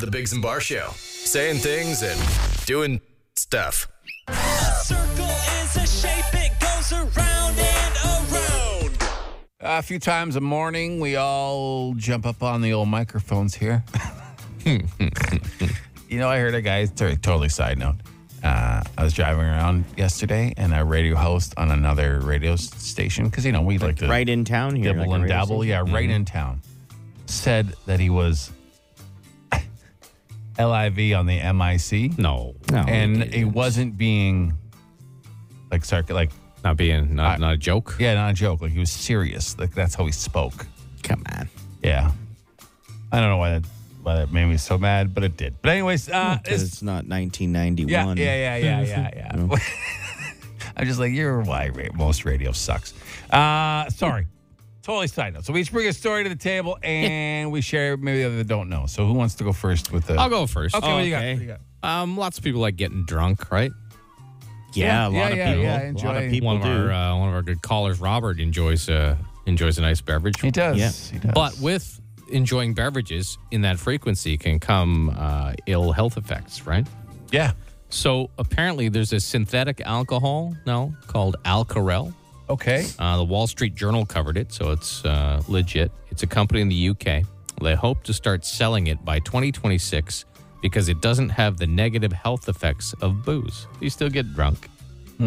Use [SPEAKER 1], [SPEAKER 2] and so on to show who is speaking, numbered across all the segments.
[SPEAKER 1] the Biggs and Bar Show. Saying things and doing stuff.
[SPEAKER 2] Circle is a shape, it goes around and around.
[SPEAKER 3] A few times a morning, we all jump up on the old microphones here. you know, I heard a guy, t- totally side note. Uh, I was driving around yesterday and a radio host on another radio s- station, because, you know, we like to
[SPEAKER 4] right in town here.
[SPEAKER 3] dibble
[SPEAKER 4] like a
[SPEAKER 3] and
[SPEAKER 4] radio
[SPEAKER 3] dabble.
[SPEAKER 4] station. Mm-hmm.
[SPEAKER 3] Yeah, right in town. Said that he was LIV on the MIC
[SPEAKER 5] No,
[SPEAKER 4] No.
[SPEAKER 3] and it wasn't being like, sarc- like,
[SPEAKER 5] not being
[SPEAKER 3] I-
[SPEAKER 5] not, not a joke.
[SPEAKER 3] yeah, not a joke. Like, he was serious. Like, that's how he spoke.
[SPEAKER 4] Come on.
[SPEAKER 3] Yeah. I don't know why that, why that made me so mad, but it did. But anyways, uh,
[SPEAKER 4] Because
[SPEAKER 3] it's,
[SPEAKER 4] it's not
[SPEAKER 3] yeah,
[SPEAKER 4] 1991.
[SPEAKER 3] yeah, yeah, yeah, yeah, yeah. I'm just like, you're why ra- most radio sucks. Uh, sorry. totally side note. So we each bring a story to the table and we share maybe the other don't know. So who wants to go first with the.
[SPEAKER 5] I'll go first.
[SPEAKER 3] Okay,
[SPEAKER 5] Oh,
[SPEAKER 3] what do you got?
[SPEAKER 4] okay.
[SPEAKER 3] What do you got?
[SPEAKER 5] Um, lots of people like getting drunk, right?
[SPEAKER 4] Yeah, a
[SPEAKER 3] Yeah,
[SPEAKER 4] lot of
[SPEAKER 3] yeah,
[SPEAKER 4] people.
[SPEAKER 3] yeah, I
[SPEAKER 4] a lot
[SPEAKER 3] enjoy-
[SPEAKER 4] of people
[SPEAKER 5] one of
[SPEAKER 4] do.
[SPEAKER 5] our uh, one of our good callers, Robert, enjoys uh, enjoys a nice beverage.
[SPEAKER 3] He does.
[SPEAKER 4] Yeah.
[SPEAKER 3] He does.
[SPEAKER 5] But with enjoying beverages in that frequency can come uh, ill health effects, right?
[SPEAKER 3] Yeah.
[SPEAKER 5] So apparently, there's a synthetic alcohol now called Alcarel.
[SPEAKER 3] Okay.
[SPEAKER 5] Uh, the Wall Street Journal covered it, so it's uh, legit. It's a company in the UK. They hope to start selling it by 2026 because it doesn't have the negative health effects of booze. You still get drunk.
[SPEAKER 4] oh, like you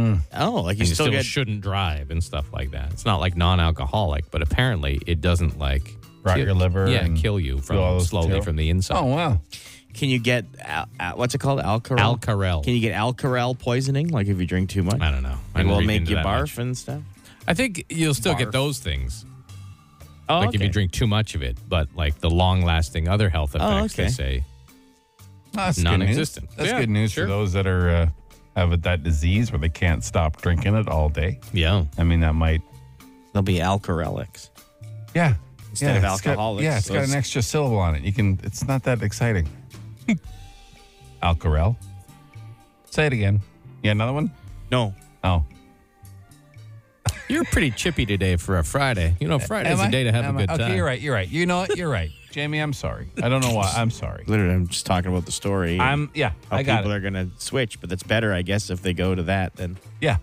[SPEAKER 5] and You
[SPEAKER 4] still,
[SPEAKER 5] still,
[SPEAKER 4] get
[SPEAKER 5] shouldn't drive and stuff like that. It's not like non-alcoholic, but apparently it doesn't like
[SPEAKER 3] Rot
[SPEAKER 5] kill-
[SPEAKER 3] your liver
[SPEAKER 5] Yeah,
[SPEAKER 3] and
[SPEAKER 5] kill you
[SPEAKER 3] do all
[SPEAKER 5] from
[SPEAKER 3] those
[SPEAKER 5] slowly
[SPEAKER 3] terrible-
[SPEAKER 5] from the inside.
[SPEAKER 3] Oh, wow.
[SPEAKER 4] Can you get al- al- what's it called? Alcarel.
[SPEAKER 5] Alcarel.
[SPEAKER 4] Can you get Alcarel poisoning? Like if you drink too much,
[SPEAKER 5] I don't know.
[SPEAKER 4] it
[SPEAKER 5] I didn't
[SPEAKER 4] will
[SPEAKER 5] read
[SPEAKER 4] make
[SPEAKER 5] into
[SPEAKER 4] you
[SPEAKER 5] that
[SPEAKER 4] barf
[SPEAKER 5] much.
[SPEAKER 4] and stuff.
[SPEAKER 5] I think you'll still
[SPEAKER 4] Barf.
[SPEAKER 5] get those things.
[SPEAKER 4] Oh,
[SPEAKER 5] like if you
[SPEAKER 4] okay.
[SPEAKER 5] drink too much of it, but like the long-lasting other health effects,
[SPEAKER 4] Oh,
[SPEAKER 5] they
[SPEAKER 4] okay.
[SPEAKER 5] say
[SPEAKER 3] That's
[SPEAKER 5] Non-existent.
[SPEAKER 3] Good news. That's
[SPEAKER 5] Yeah,
[SPEAKER 3] good news
[SPEAKER 5] sure.
[SPEAKER 3] for those that are uh, have that disease where they can't stop drinking it all day.
[SPEAKER 5] Yeah.
[SPEAKER 3] I mean, that might
[SPEAKER 4] They'll be Alcarelics.
[SPEAKER 3] Yeah.
[SPEAKER 4] Instead of
[SPEAKER 3] it's got-
[SPEAKER 4] alcoholics,
[SPEAKER 3] yeah, it's got
[SPEAKER 4] those-
[SPEAKER 3] an extra syllable on it. You can. It's not that exciting. Alcarel. Say it again. Yeah, another one.
[SPEAKER 4] No,
[SPEAKER 3] Oh,
[SPEAKER 5] You're pretty chippy today for a Friday. You know, Friday's
[SPEAKER 3] Am I?
[SPEAKER 5] a day to have
[SPEAKER 3] Am
[SPEAKER 5] a
[SPEAKER 3] I?
[SPEAKER 5] good time.
[SPEAKER 3] Okay, you're right. You're right. You know what? You're right, Jamie. I'm sorry. I don't know why. I'm sorry.
[SPEAKER 4] literally, I'm just talking about the story.
[SPEAKER 3] I'm yeah.
[SPEAKER 4] how
[SPEAKER 3] I got
[SPEAKER 4] people
[SPEAKER 3] it.
[SPEAKER 4] are gonna switch, but that's better, I guess, if they go to that than
[SPEAKER 3] yeah.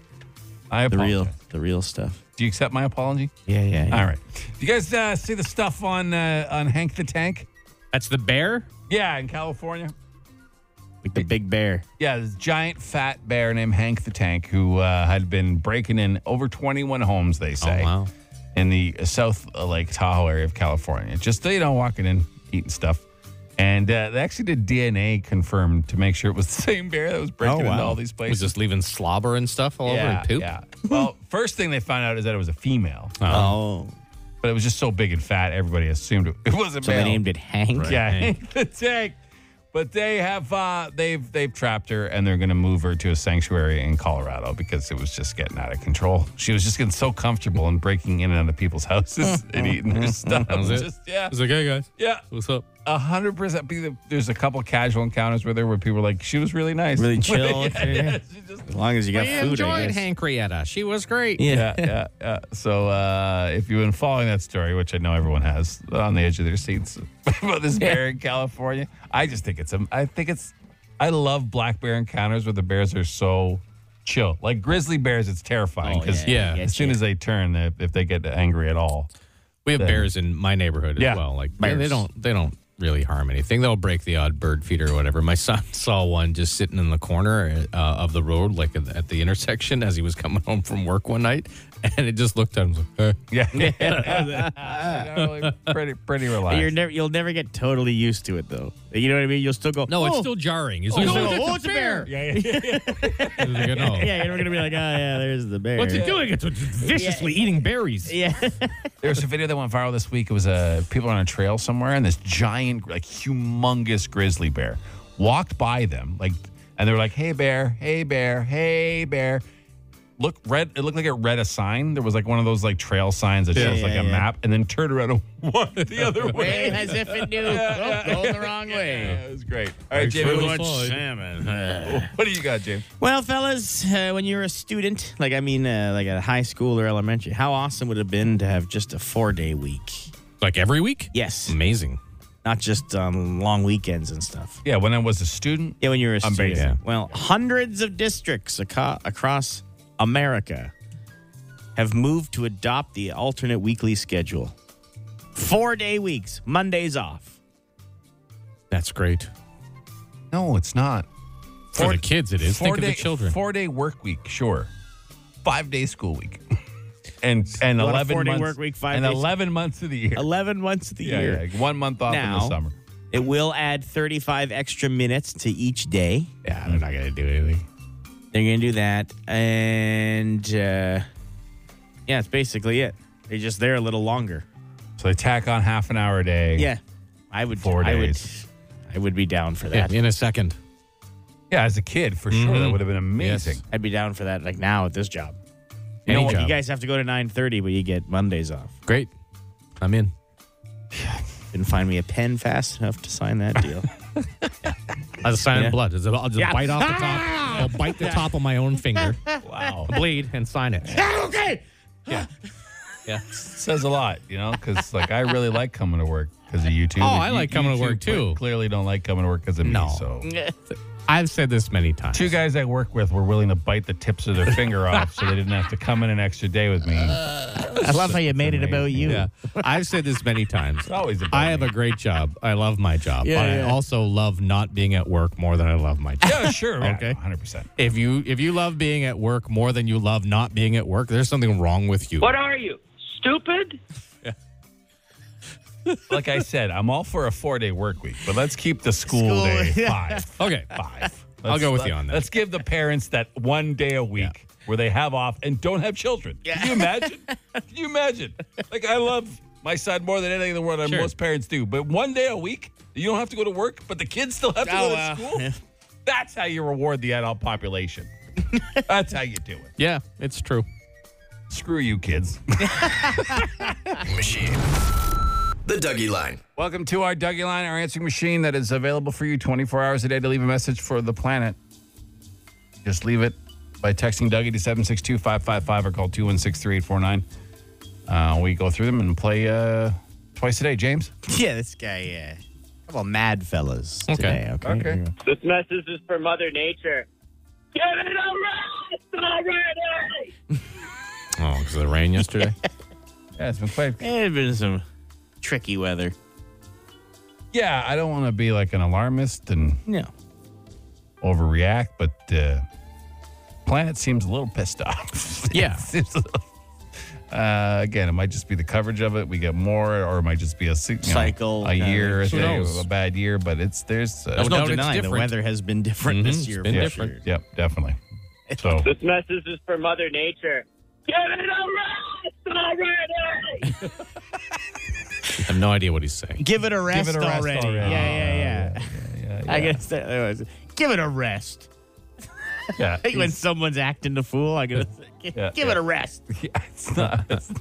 [SPEAKER 3] I
[SPEAKER 4] the
[SPEAKER 3] apologize.
[SPEAKER 4] real, the real stuff.
[SPEAKER 3] Do you accept my apology?
[SPEAKER 4] Yeah, yeah. yeah.
[SPEAKER 3] All right. Do you guys uh, see the stuff on uh, on Hank the Tank?
[SPEAKER 5] That's the bear?
[SPEAKER 3] Yeah, in California.
[SPEAKER 4] Like the big bear.
[SPEAKER 3] Yeah, this giant fat bear named Hank the Tank who uh, had been breaking in over 21 homes,
[SPEAKER 4] Oh,
[SPEAKER 3] they say,
[SPEAKER 5] Oh, wow.
[SPEAKER 3] in the uh, South uh, Lake Tahoe area of California. Just, you know, walking in, eating stuff. And uh, they actually did DNA confirm to make sure it was the same bear that was breaking
[SPEAKER 4] Oh,
[SPEAKER 3] into
[SPEAKER 4] wow.
[SPEAKER 3] all these places.
[SPEAKER 5] Was just leaving slobber and stuff all over
[SPEAKER 3] yeah,
[SPEAKER 5] and poop?
[SPEAKER 3] yeah. well, first thing they found out is that it was a female,
[SPEAKER 4] Oh,
[SPEAKER 3] but it was just so big and fat, everybody assumed it, it was a
[SPEAKER 4] so
[SPEAKER 3] male.
[SPEAKER 4] they named it Hank.
[SPEAKER 3] Yeah, Hank the Tank. But they have uh, they've they've trapped her and they're gonna move her to a sanctuary in Colorado because it was just getting out of control. She was just getting so comfortable and breaking in and out of people's houses and eating their stuff.
[SPEAKER 5] was it.
[SPEAKER 3] Just, yeah,
[SPEAKER 5] It's like, hey, guys.
[SPEAKER 3] yeah,
[SPEAKER 5] What's up?
[SPEAKER 3] a hundred percent. Be the- There's a couple casual encounters with her where people were like she was really nice,
[SPEAKER 4] Really chill.
[SPEAKER 3] yeah, yeah, she just
[SPEAKER 4] As long as you got
[SPEAKER 5] We
[SPEAKER 4] food, I
[SPEAKER 5] enjoyed
[SPEAKER 4] guess.
[SPEAKER 5] Hankrietta. She was great.
[SPEAKER 3] yeah, yeah, yeah. So uh, if you've been following that story, which I know everyone has, on the edge of their seats about this bear in California, I just think it's a, I think it's, I love black bear encounters where the bears are so chill. Like grizzly bears, it's terrifying because
[SPEAKER 5] yeah.
[SPEAKER 3] as soon as they turn, if, if they get angry at all,
[SPEAKER 5] We have bears in my neighborhood as
[SPEAKER 3] Yeah.
[SPEAKER 5] well. Like they- they
[SPEAKER 4] Bears.
[SPEAKER 5] don't they don't really harm anything. They'll break the odd bird feeder or whatever. My son saw one just sitting in the corner uh, of the road, like at the, at the intersection, as he was coming home from work one night, and it just looked at him like, "Eh."
[SPEAKER 3] yeah, They're really pretty pretty relaxed.
[SPEAKER 4] You're never, you'll never get totally used to it, though. You know what I mean? You'll still go.
[SPEAKER 5] "No, it's
[SPEAKER 4] "Oh,
[SPEAKER 5] still jarring." It's
[SPEAKER 4] oh,
[SPEAKER 5] like,
[SPEAKER 4] no,
[SPEAKER 5] "Oh,
[SPEAKER 4] it's,
[SPEAKER 5] it's
[SPEAKER 4] a bear. Yeah,
[SPEAKER 5] a-" He's like, "No."
[SPEAKER 4] yeah, you're never gonna be like, oh yeah, there's the bear.
[SPEAKER 5] What's it doing? It's viciously eating berries.
[SPEAKER 4] Yeah.
[SPEAKER 3] There was a video that went viral this week. It was uh, people on a trail somewhere, and this giant, like, humongous grizzly bear walked by them, like, and they were like, "Hey bear, hey bear, hey bear." Look, read. It looked like it read a sign. There was like one of those like trail signs that shows
[SPEAKER 4] yeah,
[SPEAKER 3] like a
[SPEAKER 4] yeah.
[SPEAKER 3] map, and then turned around and walked the other way.
[SPEAKER 4] as if it knew. Oh, going the wrong way.
[SPEAKER 3] Yeah, it was great. All right, Jamie, what,
[SPEAKER 4] salmon.
[SPEAKER 3] what do you got, James?
[SPEAKER 4] well, fellas, uh, when you were a student, like I mean, uh, like a high school or elementary, how awesome would it have been to have just a four day week?
[SPEAKER 5] Like every week?
[SPEAKER 4] Yes.
[SPEAKER 5] Amazing.
[SPEAKER 4] not just um, long weekends and stuff.
[SPEAKER 3] Yeah, when I was a student.
[SPEAKER 4] Yeah, when you're a
[SPEAKER 3] I'm
[SPEAKER 4] student.
[SPEAKER 3] based- yeah.
[SPEAKER 4] Well, hundreds of districts aco- across America have moved to adopt the alternate weekly schedule. Four day weeks, Mondays off.
[SPEAKER 5] That's great.
[SPEAKER 3] No, it's not.
[SPEAKER 5] For the kids, it is. Think
[SPEAKER 3] day,
[SPEAKER 5] of the children.
[SPEAKER 3] Four day work week, sure. Five day school week. And and
[SPEAKER 4] What a
[SPEAKER 3] eleven
[SPEAKER 4] four-day
[SPEAKER 3] months,
[SPEAKER 4] work week, five
[SPEAKER 3] and
[SPEAKER 4] days-
[SPEAKER 3] eleven months of the year.
[SPEAKER 4] 11 months of the
[SPEAKER 3] Yeah,
[SPEAKER 4] year.
[SPEAKER 3] yeah, like one month off in
[SPEAKER 4] Now-
[SPEAKER 3] the summer.
[SPEAKER 4] It will add 35 extra minutes to each day.
[SPEAKER 3] Yeah, they're not gonna do anything.
[SPEAKER 4] They're going to do that. And uh, yeah, it's basically it. They're just there a little longer.
[SPEAKER 3] So they tack on half an hour a day.
[SPEAKER 4] Yeah. I would
[SPEAKER 3] Four
[SPEAKER 4] I would
[SPEAKER 3] days.
[SPEAKER 4] I would be down for
[SPEAKER 5] Yeah,
[SPEAKER 4] that.
[SPEAKER 5] in a second.
[SPEAKER 3] yeah. As a kid, for sure,
[SPEAKER 5] Mm-hmm.
[SPEAKER 3] that would have been amazing.
[SPEAKER 4] I'd be down for that like now at this job.
[SPEAKER 5] Any
[SPEAKER 4] you, know,
[SPEAKER 5] job.
[SPEAKER 4] you guys have to go to 9:30 but you get Mondays off.
[SPEAKER 5] Great. I'm in.
[SPEAKER 4] Didn't find me a pen fast enough to sign that deal.
[SPEAKER 5] As a sign
[SPEAKER 4] Yeah.
[SPEAKER 5] of blood. Is it- I'll just bite off the top. I'll bite the top of my own finger. wow. Bleed and sign it.
[SPEAKER 4] okay.
[SPEAKER 3] Yeah,
[SPEAKER 5] Yeah.
[SPEAKER 3] says a lot, you know, because like I really like coming to work because of you two.
[SPEAKER 5] Oh,
[SPEAKER 3] You-
[SPEAKER 5] I like coming to
[SPEAKER 3] two
[SPEAKER 5] work, too.
[SPEAKER 3] cle- Clearly, don't like coming to work because of
[SPEAKER 5] No.
[SPEAKER 3] me. So
[SPEAKER 5] I've said this many times.
[SPEAKER 3] two guys I work with were willing to bite the tips of their finger off so they didn't have to come in an extra day with me.
[SPEAKER 4] I love how you made it about you.
[SPEAKER 5] Yeah. I've said this many times.
[SPEAKER 3] always about
[SPEAKER 5] I have
[SPEAKER 3] me.
[SPEAKER 5] a great job. I love my job.
[SPEAKER 4] Yeah,
[SPEAKER 5] but
[SPEAKER 4] yeah.
[SPEAKER 5] I also love not being at work more than I love my job.
[SPEAKER 3] Yeah, Oh, sure.
[SPEAKER 5] Okay.
[SPEAKER 3] hundred percent.
[SPEAKER 5] If you if you love being at work more than you love not being at work, there's something wrong with you.
[SPEAKER 6] What are you? Stupid?
[SPEAKER 3] Like I said, I'm all for a four day work week, but let's keep the school,
[SPEAKER 4] School,
[SPEAKER 3] day five.
[SPEAKER 5] Okay.
[SPEAKER 3] Five.
[SPEAKER 5] I'll
[SPEAKER 3] Let's-
[SPEAKER 5] go with you on that.
[SPEAKER 3] Let's give the parents that one day a week where they have off and don't have children. Can you imagine? Can you imagine? Like I love my son more than anything in the world, and
[SPEAKER 5] Sure.
[SPEAKER 3] most parents do. But one day a week, you don't have to go to work, but the kids still have to
[SPEAKER 4] Oh,
[SPEAKER 3] go to
[SPEAKER 4] wow.
[SPEAKER 3] school.
[SPEAKER 4] Yeah.
[SPEAKER 3] That's how you reward the adult population. That's how you do it.
[SPEAKER 5] Yeah, it's true.
[SPEAKER 3] Screw you, kids.
[SPEAKER 1] Machine. The Dougie Line.
[SPEAKER 3] Welcome to our Dougie Line, our answering machine that is available for you 24 hours a day to leave a message for the planet. Just leave it by texting Dougie to 762 555 or call 216 3849. Uh, We go through them and play uh, twice a day. James?
[SPEAKER 4] Yeah, this guy, yeah. Couple of mad fellas today, okay?
[SPEAKER 6] This message is for Mother Nature. Give it a rest already!
[SPEAKER 5] Oh, because of the rain yesterday?
[SPEAKER 3] Yeah, it's been quite.
[SPEAKER 4] It's been some tricky weather.
[SPEAKER 3] Yeah, I don't want to be like an alarmist and
[SPEAKER 4] No.
[SPEAKER 3] overreact, but uh, planet seems a little pissed off.
[SPEAKER 5] Yeah.
[SPEAKER 3] Seems a little- Uh, again, it might just be the coverage of it. We get more, or it might just be a se- you know,
[SPEAKER 4] Cycle,
[SPEAKER 3] a
[SPEAKER 4] yeah.
[SPEAKER 3] year, a,
[SPEAKER 4] Who
[SPEAKER 3] thing,
[SPEAKER 5] knows?
[SPEAKER 3] a bad year. But it's there's, uh,
[SPEAKER 5] was
[SPEAKER 4] There's no,
[SPEAKER 5] no doubt it's
[SPEAKER 4] denying the
[SPEAKER 5] different.
[SPEAKER 4] weather has been different
[SPEAKER 5] Mhm,
[SPEAKER 4] this
[SPEAKER 5] it's
[SPEAKER 4] year.
[SPEAKER 5] been
[SPEAKER 4] for
[SPEAKER 5] different.
[SPEAKER 4] sure.
[SPEAKER 3] yep, definitely. So
[SPEAKER 6] This message is for Mother Nature. Give it a rest already!
[SPEAKER 5] I have no idea what he's saying.
[SPEAKER 4] Give it a rest,
[SPEAKER 3] a rest
[SPEAKER 4] already.
[SPEAKER 3] already.
[SPEAKER 4] Yeah, yeah, yeah. I guess that was. Give it a rest.
[SPEAKER 3] yeah,
[SPEAKER 4] I think when someone's acting a fool, I gotta give
[SPEAKER 3] Yeah,
[SPEAKER 4] it a rest.
[SPEAKER 3] yeah, it's not. It's,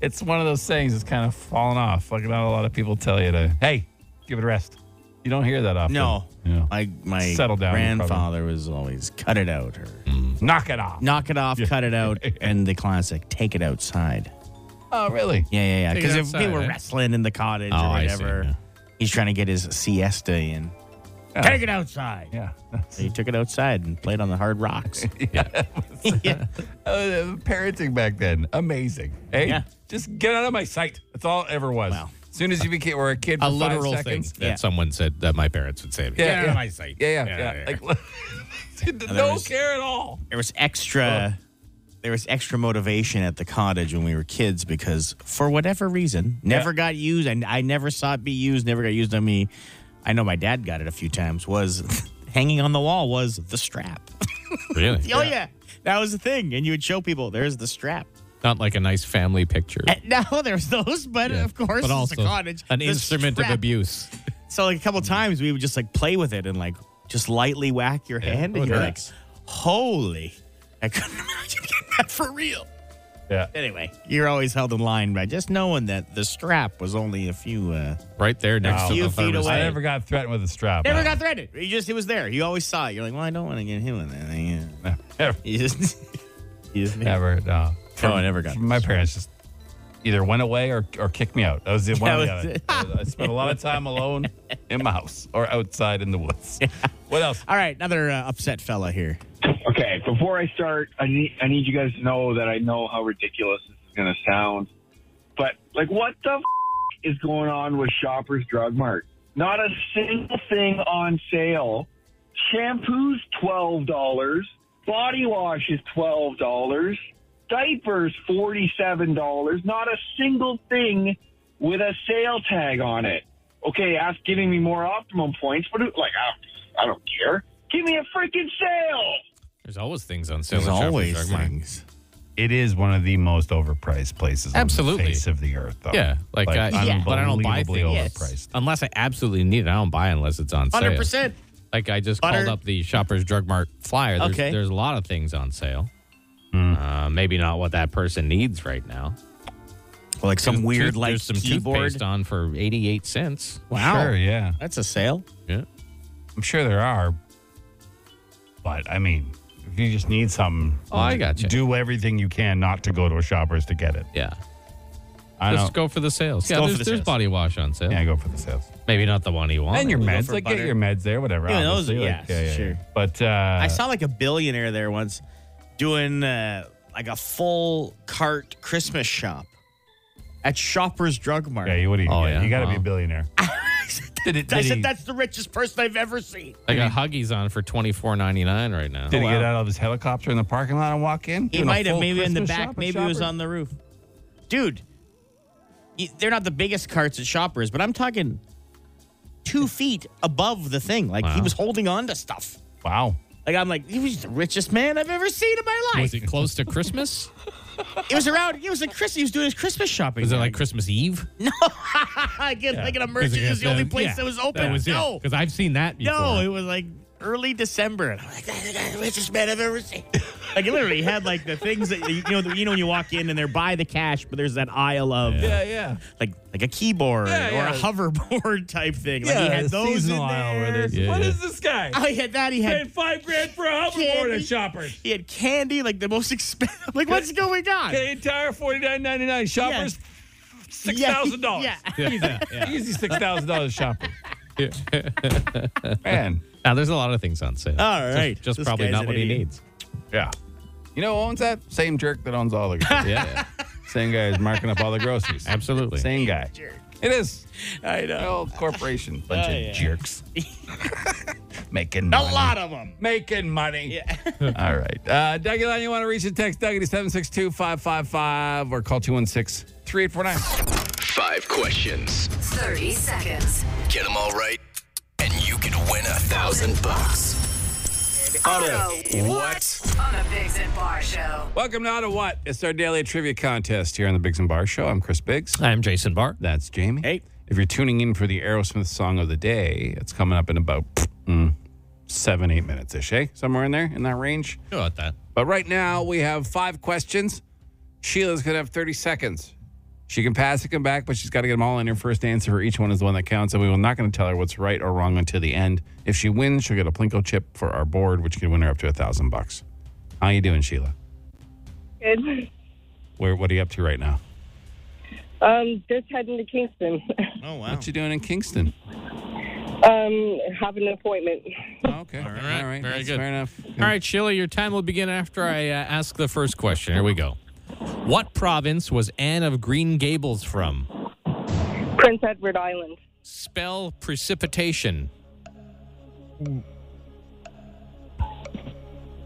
[SPEAKER 3] it's one of those things that's kind of falling off. Like not a lot of people tell you to, hey, give it a rest. You don't hear that often.
[SPEAKER 4] No,
[SPEAKER 3] Yeah.
[SPEAKER 4] my my
[SPEAKER 3] Settle down,
[SPEAKER 4] grandfather was always cut it out or
[SPEAKER 3] knock it off.
[SPEAKER 4] knock it off, cut it out, and the classic take it outside.
[SPEAKER 3] Oh, really?
[SPEAKER 4] Yeah, yeah, yeah.
[SPEAKER 5] Take it
[SPEAKER 4] Because if
[SPEAKER 5] outside,
[SPEAKER 4] we were
[SPEAKER 5] eh?
[SPEAKER 4] wrestling in the cottage
[SPEAKER 5] Oh,
[SPEAKER 4] or
[SPEAKER 5] I see,
[SPEAKER 4] whatever,
[SPEAKER 5] yeah. Ah.
[SPEAKER 4] he's trying to get his siesta in. Take it outside.
[SPEAKER 3] Yeah.
[SPEAKER 4] So he took it outside and played on the hard rocks. yeah.
[SPEAKER 3] uh, parenting back then. Amazing. Hey,
[SPEAKER 4] Yeah.
[SPEAKER 3] just get out of my sight. That's all it ever was.
[SPEAKER 4] Wow.
[SPEAKER 3] As soon as you became were a kid, for
[SPEAKER 5] A
[SPEAKER 3] five
[SPEAKER 5] literal thing
[SPEAKER 3] seconds,
[SPEAKER 5] that
[SPEAKER 4] Yeah.
[SPEAKER 5] someone said that my parents would say. to me.
[SPEAKER 3] Yeah,
[SPEAKER 5] Get out
[SPEAKER 3] yeah.
[SPEAKER 5] of my sight.
[SPEAKER 3] Yeah, yeah, yeah. Like, no
[SPEAKER 4] was-
[SPEAKER 3] care at all.
[SPEAKER 4] there was extra there was extra motivation at the cottage when we were kids because for whatever reason never got used and I never saw it be used never got used on me I know my dad got it a few times was hanging on the wall was the strap
[SPEAKER 5] really?
[SPEAKER 4] oh yeah that was the thing and you would show people there's the strap
[SPEAKER 5] Not like a nice family picture.
[SPEAKER 3] Eh,
[SPEAKER 4] And no there's those but
[SPEAKER 5] Yeah.
[SPEAKER 4] of course
[SPEAKER 5] but also
[SPEAKER 4] it's a cottage
[SPEAKER 5] an
[SPEAKER 4] the
[SPEAKER 5] instrument of
[SPEAKER 4] strap.
[SPEAKER 5] abuse.
[SPEAKER 4] so like a couple times we would just like play with it and like just lightly whack your hand
[SPEAKER 5] Oh,
[SPEAKER 4] and you're
[SPEAKER 5] nice.
[SPEAKER 4] like holy I couldn't imagine getting that for real
[SPEAKER 3] Yeah.
[SPEAKER 4] Anyway, you're always held in line by just knowing that the strap was only a few. Uh,
[SPEAKER 5] Right there next
[SPEAKER 4] Wow.
[SPEAKER 5] to
[SPEAKER 4] Few
[SPEAKER 5] the
[SPEAKER 4] feet
[SPEAKER 5] thermostat.
[SPEAKER 4] away.
[SPEAKER 3] I never got threatened with a strap.
[SPEAKER 4] never got threaded. You just it was there. You always saw it. You're like, well, I don't want to get him in that thing. Yeah.
[SPEAKER 3] Never,
[SPEAKER 4] You just, you just
[SPEAKER 3] never, no.
[SPEAKER 4] No, Oh, I never got
[SPEAKER 3] My parents just either went away or, or kicked me out. That was the one.
[SPEAKER 4] That
[SPEAKER 3] or the
[SPEAKER 4] was
[SPEAKER 3] other.
[SPEAKER 4] it.
[SPEAKER 3] I spent a lot of time alone in my house or outside in the woods. What else?
[SPEAKER 4] All right, another uh, upset fella here.
[SPEAKER 7] Okay, before I start, I need I need you guys to know that I know how ridiculous this is going to sound, but like, what the f- is going on with Shoppers Drug Mart? Not a single thing on sale. Shampoos twelve dollars, body wash is twelve dollars, diapers forty seven dollars. Not a single thing with a sale tag on it. Okay, that's giving me more optimum points, but it, like, I, I don't care. Give me a freaking sale.
[SPEAKER 5] There's always things on sale.
[SPEAKER 4] There's
[SPEAKER 5] at Shoppers
[SPEAKER 4] always
[SPEAKER 5] Drug Mart.
[SPEAKER 4] things.
[SPEAKER 3] It is one of the most overpriced places
[SPEAKER 5] Absolutely.
[SPEAKER 3] on the face of the earth, though.
[SPEAKER 5] Yeah, like, I,
[SPEAKER 3] unbelievably
[SPEAKER 5] but I don't buy things
[SPEAKER 3] overpriced.
[SPEAKER 5] unless I absolutely need it. I don't buy unless it's on sale.
[SPEAKER 4] 100%.
[SPEAKER 5] Like I just
[SPEAKER 4] Butter.
[SPEAKER 5] called up the Shoppers Drug Mart flyer. There's,
[SPEAKER 4] Okay.
[SPEAKER 5] there's a lot of things on sale.
[SPEAKER 4] Hmm.
[SPEAKER 5] Uh, maybe not what that person needs right now.
[SPEAKER 4] Well, like some
[SPEAKER 5] Tooth-
[SPEAKER 4] weird
[SPEAKER 5] tooth-
[SPEAKER 4] like
[SPEAKER 5] there's some
[SPEAKER 4] keyboard.
[SPEAKER 5] toothpaste on for eighty eight cents.
[SPEAKER 4] Wow,
[SPEAKER 3] Sure, yeah.
[SPEAKER 4] that's a sale.
[SPEAKER 5] Yeah.
[SPEAKER 3] I'm sure there are, but I mean, if you just need something,
[SPEAKER 5] Oh, I gotcha.
[SPEAKER 3] Do everything you can not to go to a shopper's to get it.
[SPEAKER 5] Yeah.
[SPEAKER 3] I
[SPEAKER 5] Just
[SPEAKER 3] don't.
[SPEAKER 5] go for the sales.
[SPEAKER 4] go
[SPEAKER 5] Yeah,
[SPEAKER 4] for
[SPEAKER 5] there's,
[SPEAKER 4] the
[SPEAKER 5] there's
[SPEAKER 4] sales.
[SPEAKER 5] body wash on sale.
[SPEAKER 3] Yeah, go for the sales.
[SPEAKER 5] Maybe not the one you want.
[SPEAKER 3] And your
[SPEAKER 5] Maybe go
[SPEAKER 3] meds,
[SPEAKER 5] for
[SPEAKER 3] like
[SPEAKER 5] butter.
[SPEAKER 3] get your meds there, whatever.
[SPEAKER 4] Yeah, those-
[SPEAKER 3] obviously,
[SPEAKER 4] yes,
[SPEAKER 3] like,
[SPEAKER 4] sure.
[SPEAKER 3] But uh,
[SPEAKER 4] I saw like a billionaire there once doing uh, like a full cart Christmas shop at Shoppers Drug Mart.
[SPEAKER 3] Yeah, you- what do you?
[SPEAKER 5] Oh,
[SPEAKER 3] yeah,
[SPEAKER 5] yeah,
[SPEAKER 3] you got to be a
[SPEAKER 5] wow.
[SPEAKER 3] billionaire. did it? Did,
[SPEAKER 4] I
[SPEAKER 3] he,
[SPEAKER 4] said that's the richest person I've ever seen.
[SPEAKER 5] I got Huggies on for twenty four ninety nine right now.
[SPEAKER 3] did he get out of his helicopter in the parking lot and walk in?
[SPEAKER 4] He
[SPEAKER 3] Doing a
[SPEAKER 4] might have
[SPEAKER 3] full
[SPEAKER 4] maybe in the
[SPEAKER 3] Christmas
[SPEAKER 4] back,
[SPEAKER 3] shop at
[SPEAKER 4] maybe it was
[SPEAKER 3] Shoppers?
[SPEAKER 4] on the roof. Dude, y- they're not the biggest carts at Shoppers, but I'm talking two feet above the thing. Like he
[SPEAKER 5] Wow.
[SPEAKER 4] was holding on to stuff.
[SPEAKER 3] Wow.
[SPEAKER 4] Like I'm like, he was the richest man I've ever seen in my life.
[SPEAKER 5] Was it close to Christmas?
[SPEAKER 4] It was around. It was like Chris. He was doing his Christmas shopping.
[SPEAKER 5] Was it
[SPEAKER 4] there.
[SPEAKER 5] like Christmas Eve?
[SPEAKER 4] Again, like an
[SPEAKER 5] Because
[SPEAKER 4] emergency
[SPEAKER 5] it-
[SPEAKER 4] is the only
[SPEAKER 5] yeah,
[SPEAKER 4] place that was open.
[SPEAKER 5] was it.
[SPEAKER 4] no,
[SPEAKER 5] because I've seen that. Before.
[SPEAKER 4] no, it was like early December, and I'm like, that's the guy- the richest man I've ever seen. like it literally had like the things that you know, you know, when you walk in and they're by the cash, but there's that aisle of
[SPEAKER 3] Yeah, yeah.
[SPEAKER 4] like like a keyboard or a
[SPEAKER 3] yeah.
[SPEAKER 4] hoverboard type thing. like he had
[SPEAKER 3] the
[SPEAKER 4] those in
[SPEAKER 3] seasonal aisle where
[SPEAKER 4] there.
[SPEAKER 3] there's-
[SPEAKER 5] Yeah,
[SPEAKER 3] What
[SPEAKER 5] yeah.
[SPEAKER 3] is this guy?
[SPEAKER 4] Oh, he had that. He had
[SPEAKER 3] five grand for a
[SPEAKER 4] Candy.
[SPEAKER 3] Shoppers.
[SPEAKER 4] he had candy, like the most expensive. Like what's going on?
[SPEAKER 3] The entire forty nine ninety nine. Shoppers, six
[SPEAKER 4] Yeah.
[SPEAKER 5] Yeah.
[SPEAKER 3] Easy six thousand dollars shoppers. Man,
[SPEAKER 5] Now Ah, there's a lot of things on sale.
[SPEAKER 4] All
[SPEAKER 5] Just-
[SPEAKER 4] right.
[SPEAKER 5] Just,
[SPEAKER 4] This
[SPEAKER 5] probably
[SPEAKER 4] guy's
[SPEAKER 5] not
[SPEAKER 4] an
[SPEAKER 5] what he
[SPEAKER 4] idiot.
[SPEAKER 5] needs.
[SPEAKER 3] yeah. You know who owns that? Same jerk that owns all the groceries.
[SPEAKER 5] Yeah.
[SPEAKER 3] Same guy is marking up all the groceries.
[SPEAKER 5] Absolutely.
[SPEAKER 3] Same guy. It is.
[SPEAKER 4] I
[SPEAKER 3] The
[SPEAKER 4] know.
[SPEAKER 3] old corporation. Bunch
[SPEAKER 4] Oh,
[SPEAKER 3] of
[SPEAKER 4] yeah.
[SPEAKER 3] jerks. Making
[SPEAKER 4] A
[SPEAKER 3] money.
[SPEAKER 4] lot of them.
[SPEAKER 3] Making money. all right. Uh, Dougie Line, you want to reach and text Dougie to 762 555 or call 216 3849.
[SPEAKER 1] Five questions.
[SPEAKER 8] 30 seconds.
[SPEAKER 1] Get them all right, and you can win a thousand bucks.
[SPEAKER 8] Auto
[SPEAKER 1] What?
[SPEAKER 8] on a Biggs and Bar show.
[SPEAKER 3] Welcome to Auto What. It's our daily trivia contest here on the Biggs and Bar Show. I'm Chris Biggs.
[SPEAKER 5] I'm Jason Barr.
[SPEAKER 3] That's Jamie.
[SPEAKER 4] Hey.
[SPEAKER 3] If you're tuning in for the Aerosmith song of the day, it's coming up in about mm, seven, eight minutes ish, eh? Somewhere in there, in that range.
[SPEAKER 5] How about that?
[SPEAKER 3] But right now, we have five questions. Sheila's going to have 30 seconds. She can pass it, come back, but she's got to get them all in. Her first answer for each one is the one that counts, and we will not going to tell her what's right or wrong until the end. If she wins, she'll get a Plinko chip for our board, which can win her up to a thousand bucks. How you doing, Sheila?
[SPEAKER 9] Good.
[SPEAKER 3] Where, what are you up to right now?
[SPEAKER 9] Um, just heading to Kingston.
[SPEAKER 4] Oh wow.
[SPEAKER 3] What you doing in Kingston?
[SPEAKER 9] Um, have an appointment.
[SPEAKER 3] Oh, okay, all
[SPEAKER 5] right. Very
[SPEAKER 3] That's
[SPEAKER 5] good.
[SPEAKER 3] fair enough.
[SPEAKER 5] All right, Sheila, your time will begin after I uh, ask the first question. Here we go. What province was Anne of Green Gables from?
[SPEAKER 9] Prince Edward Island.
[SPEAKER 5] Spell precipitation.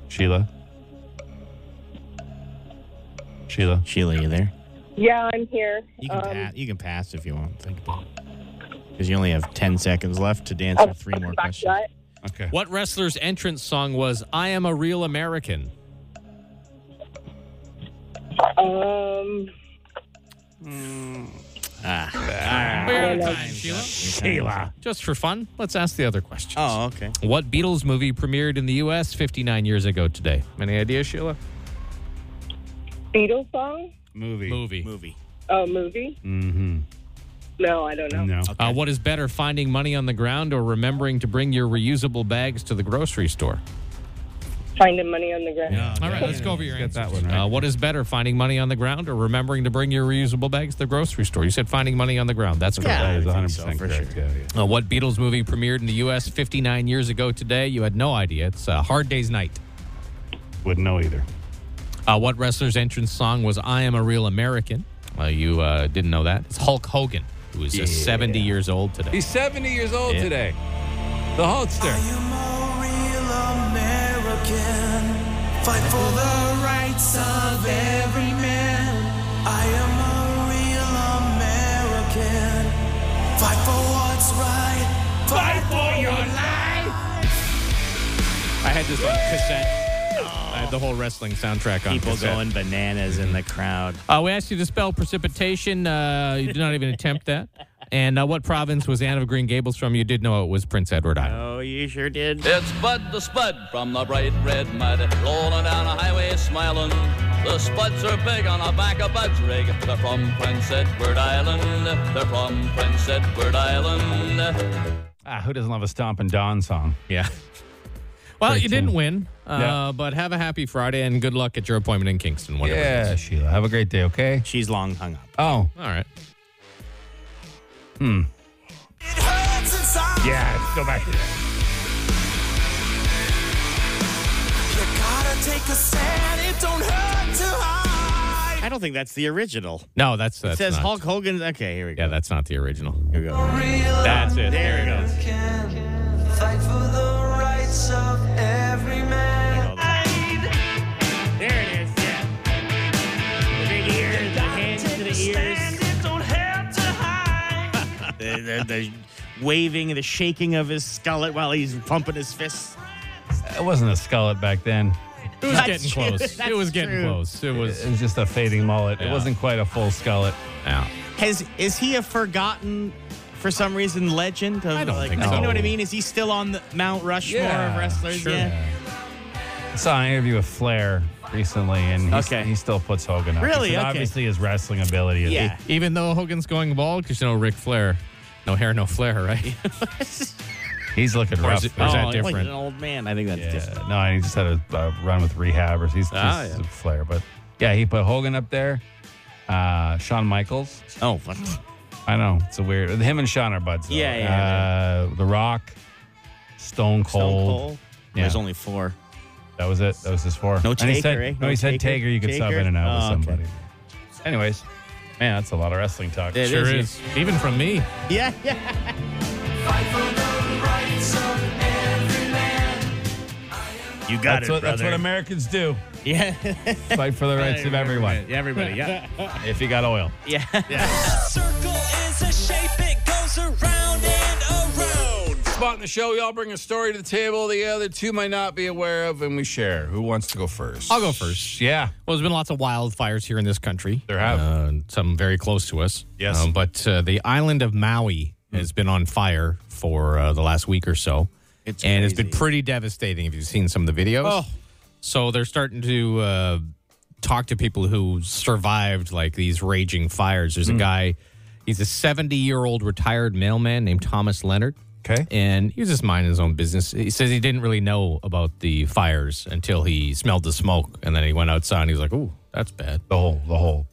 [SPEAKER 3] Sheila. Sheila.
[SPEAKER 4] Sheila, you there?
[SPEAKER 9] Yeah, I'm here.
[SPEAKER 4] You can
[SPEAKER 9] Um,
[SPEAKER 4] pass. You can pass if you want. Think about it. Because you only have ten seconds left to answer three more
[SPEAKER 9] back to
[SPEAKER 4] questions.
[SPEAKER 9] that.
[SPEAKER 3] Okay.
[SPEAKER 5] What wrestler's entrance song was I Am a Real American?
[SPEAKER 9] Um,
[SPEAKER 5] We're out of
[SPEAKER 9] know.
[SPEAKER 5] time, Sheila.
[SPEAKER 4] Sheila.
[SPEAKER 5] Just for fun, let's ask the other questions.
[SPEAKER 4] Oh, okay.
[SPEAKER 5] What Beatles movie premiered in the U.S. 59 years ago today? Any idea, Sheila?
[SPEAKER 9] Beatles song?
[SPEAKER 3] Movie.
[SPEAKER 5] Movie.
[SPEAKER 4] Movie.
[SPEAKER 9] Oh, movie?
[SPEAKER 3] Mm-hmm.
[SPEAKER 9] No, I don't know.
[SPEAKER 3] No.
[SPEAKER 5] Uh, what is better, finding money on the ground or remembering to bring your reusable bags to the grocery store?
[SPEAKER 9] Finding money on the ground.
[SPEAKER 5] All right, let's go over your
[SPEAKER 3] Uh, Get
[SPEAKER 5] answers.
[SPEAKER 3] that one right.
[SPEAKER 5] Uh, what is better, finding money on the ground or remembering to bring your reusable bags to the grocery store? You said finding money on the ground. That's correct.
[SPEAKER 4] Yeah. I
[SPEAKER 3] That is
[SPEAKER 4] think
[SPEAKER 3] 100%
[SPEAKER 4] so, for
[SPEAKER 3] correct.
[SPEAKER 4] sure.
[SPEAKER 3] Yeah, yeah.
[SPEAKER 5] Uh, what Beatles movie premiered in the U.S. 59 years ago today? You had no idea. It's uh, Hard Day's Night.
[SPEAKER 3] Wouldn't know either.
[SPEAKER 5] Uh, what wrestler's entrance song was I Am a Real American? Uh, you uh, didn't know that. It's Hulk Hogan, who is uh, 70 years old today.
[SPEAKER 3] He's 70 years old
[SPEAKER 5] Yeah.
[SPEAKER 3] today. The Hulkster.
[SPEAKER 5] I had this on cassette. I had the whole wrestling soundtrack on
[SPEAKER 4] People
[SPEAKER 5] cassette.
[SPEAKER 4] going bananas in the crowd.
[SPEAKER 5] Uh, we asked you to spell precipitation. Uh, you did not even attempt that. And uh, what province was Anne of Green Gables from? You did know it was Prince Edward Island.
[SPEAKER 4] Oh, you sure did.
[SPEAKER 2] It's Bud the Spud from the bright red mud, rolling down a highway smiling. The Spuds are big on a back of Bud's rig. They're from Prince Edward Island. They're from Prince Edward Island.
[SPEAKER 3] Ah, who doesn't love a Stompin' Don song?
[SPEAKER 5] Yeah. Well,
[SPEAKER 3] Great
[SPEAKER 5] you
[SPEAKER 3] song.
[SPEAKER 5] didn't win, uh,
[SPEAKER 3] Yeah.
[SPEAKER 5] but have a happy Friday and good luck at your appointment in Kingston, whatever it
[SPEAKER 3] Yeah,
[SPEAKER 5] is.
[SPEAKER 3] Sheila. Have a great day, okay?
[SPEAKER 4] She's long hung up.
[SPEAKER 3] Oh,
[SPEAKER 5] All right.
[SPEAKER 3] yeah. Let's go back to that.
[SPEAKER 4] I don't think that's the original.
[SPEAKER 5] No, that's that's
[SPEAKER 4] it says
[SPEAKER 5] not-
[SPEAKER 4] Hulk Hogan. Okay, here we go.
[SPEAKER 5] Yeah, that's not the original.
[SPEAKER 4] Here we go.
[SPEAKER 5] That's it.
[SPEAKER 4] There we go. There it is. Yeah. The big ears, the hands to the ears. the, the, the waving, the shaking of his skullet while he's pumping his fists.
[SPEAKER 3] It wasn't a skullet back then.
[SPEAKER 5] It was
[SPEAKER 4] That's
[SPEAKER 5] getting
[SPEAKER 4] true.
[SPEAKER 5] close. It
[SPEAKER 4] That's
[SPEAKER 5] was getting
[SPEAKER 4] true.
[SPEAKER 5] close. It was.
[SPEAKER 3] It was just a fading mullet. It
[SPEAKER 5] Yeah.
[SPEAKER 3] wasn't quite a full skullet.
[SPEAKER 5] Yeah.
[SPEAKER 4] Has is he a forgotten, for some reason, legend? Of,
[SPEAKER 5] I don't
[SPEAKER 4] like,
[SPEAKER 5] think
[SPEAKER 4] like,
[SPEAKER 5] so.
[SPEAKER 4] You know what I mean? Is he still on the Mount Rushmore
[SPEAKER 3] Yeah,
[SPEAKER 4] of wrestlers?
[SPEAKER 5] sure.
[SPEAKER 4] Yeah.
[SPEAKER 3] I saw an interview with Flair recently, and he's,
[SPEAKER 4] Okay.
[SPEAKER 3] he still puts Hogan up.
[SPEAKER 4] Really?
[SPEAKER 3] It's
[SPEAKER 4] Okay.
[SPEAKER 3] Obviously, his wrestling ability. is-
[SPEAKER 4] Yeah.
[SPEAKER 5] Even though Hogan's going bald, because you know Ric Flair, no hair, no flair, right?
[SPEAKER 3] he's looking
[SPEAKER 5] Or
[SPEAKER 3] rough.
[SPEAKER 5] is it- or is that
[SPEAKER 4] Oh, Like
[SPEAKER 5] different?
[SPEAKER 4] an old man. I think that's different.
[SPEAKER 3] Yeah. No, he just had a uh, run with rehab, or he's,
[SPEAKER 5] Ah,
[SPEAKER 3] he's
[SPEAKER 5] yeah.
[SPEAKER 3] a Flair. But yeah, he put Hogan up there. Uh, Shawn Michaels.
[SPEAKER 4] Oh, what?
[SPEAKER 3] I know it's a weird. Him and Shawn are buds. Though.
[SPEAKER 4] Yeah, yeah,
[SPEAKER 3] Uh, the Rock, Stone Cold.
[SPEAKER 4] Stone Cold?
[SPEAKER 3] Yeah.
[SPEAKER 4] There's only four.
[SPEAKER 3] That was it. That was his four.
[SPEAKER 4] No
[SPEAKER 3] And he
[SPEAKER 4] Taker,
[SPEAKER 3] said,
[SPEAKER 4] eh?
[SPEAKER 3] No,
[SPEAKER 4] No
[SPEAKER 3] he said
[SPEAKER 4] Taker?
[SPEAKER 3] Taker. You could sub
[SPEAKER 4] Taker?
[SPEAKER 3] in and out
[SPEAKER 4] Oh, okay.
[SPEAKER 3] with somebody. Anyways, man, that's a lot of wrestling talk.
[SPEAKER 4] It
[SPEAKER 5] sure
[SPEAKER 4] is.
[SPEAKER 5] is. Even from me.
[SPEAKER 4] Yeah, yeah. You got
[SPEAKER 3] that's
[SPEAKER 4] it,
[SPEAKER 3] what,
[SPEAKER 4] brother.
[SPEAKER 3] that's what Americans do.
[SPEAKER 4] yeah,
[SPEAKER 3] Fight for the rights of everyone.
[SPEAKER 4] everybody. Yeah,
[SPEAKER 3] If you got oil.
[SPEAKER 4] yeah.
[SPEAKER 2] Circle is a shape, it goes around and around.
[SPEAKER 3] Spot in the show, y'all bring a story to the table the other two might not be aware of, and we share. Who wants to go first?
[SPEAKER 5] I'll go first.
[SPEAKER 3] Yeah.
[SPEAKER 5] Well, there's been lots of wildfires here in this country.
[SPEAKER 3] There have.
[SPEAKER 5] Uh, some very close to us.
[SPEAKER 3] Yes.
[SPEAKER 5] Um, but uh, the island of Maui has been on fire for uh, the last week or so.
[SPEAKER 4] It's
[SPEAKER 5] and it's been
[SPEAKER 4] crazy.
[SPEAKER 5] pretty devastating if you've seen some of the videos.
[SPEAKER 4] Oh.
[SPEAKER 5] So they're starting to uh, talk to people who survived like these raging fires. There's
[SPEAKER 3] Hmm.
[SPEAKER 5] a guy, he's a 70 year old retired mailman named Thomas Leonard
[SPEAKER 3] Okay.
[SPEAKER 5] and he was just minding his own business. He says he didn't really know about the fires until he smelled the smoke, and then he went outside and he was like, "Ooh, that's bad."
[SPEAKER 3] The whole the whole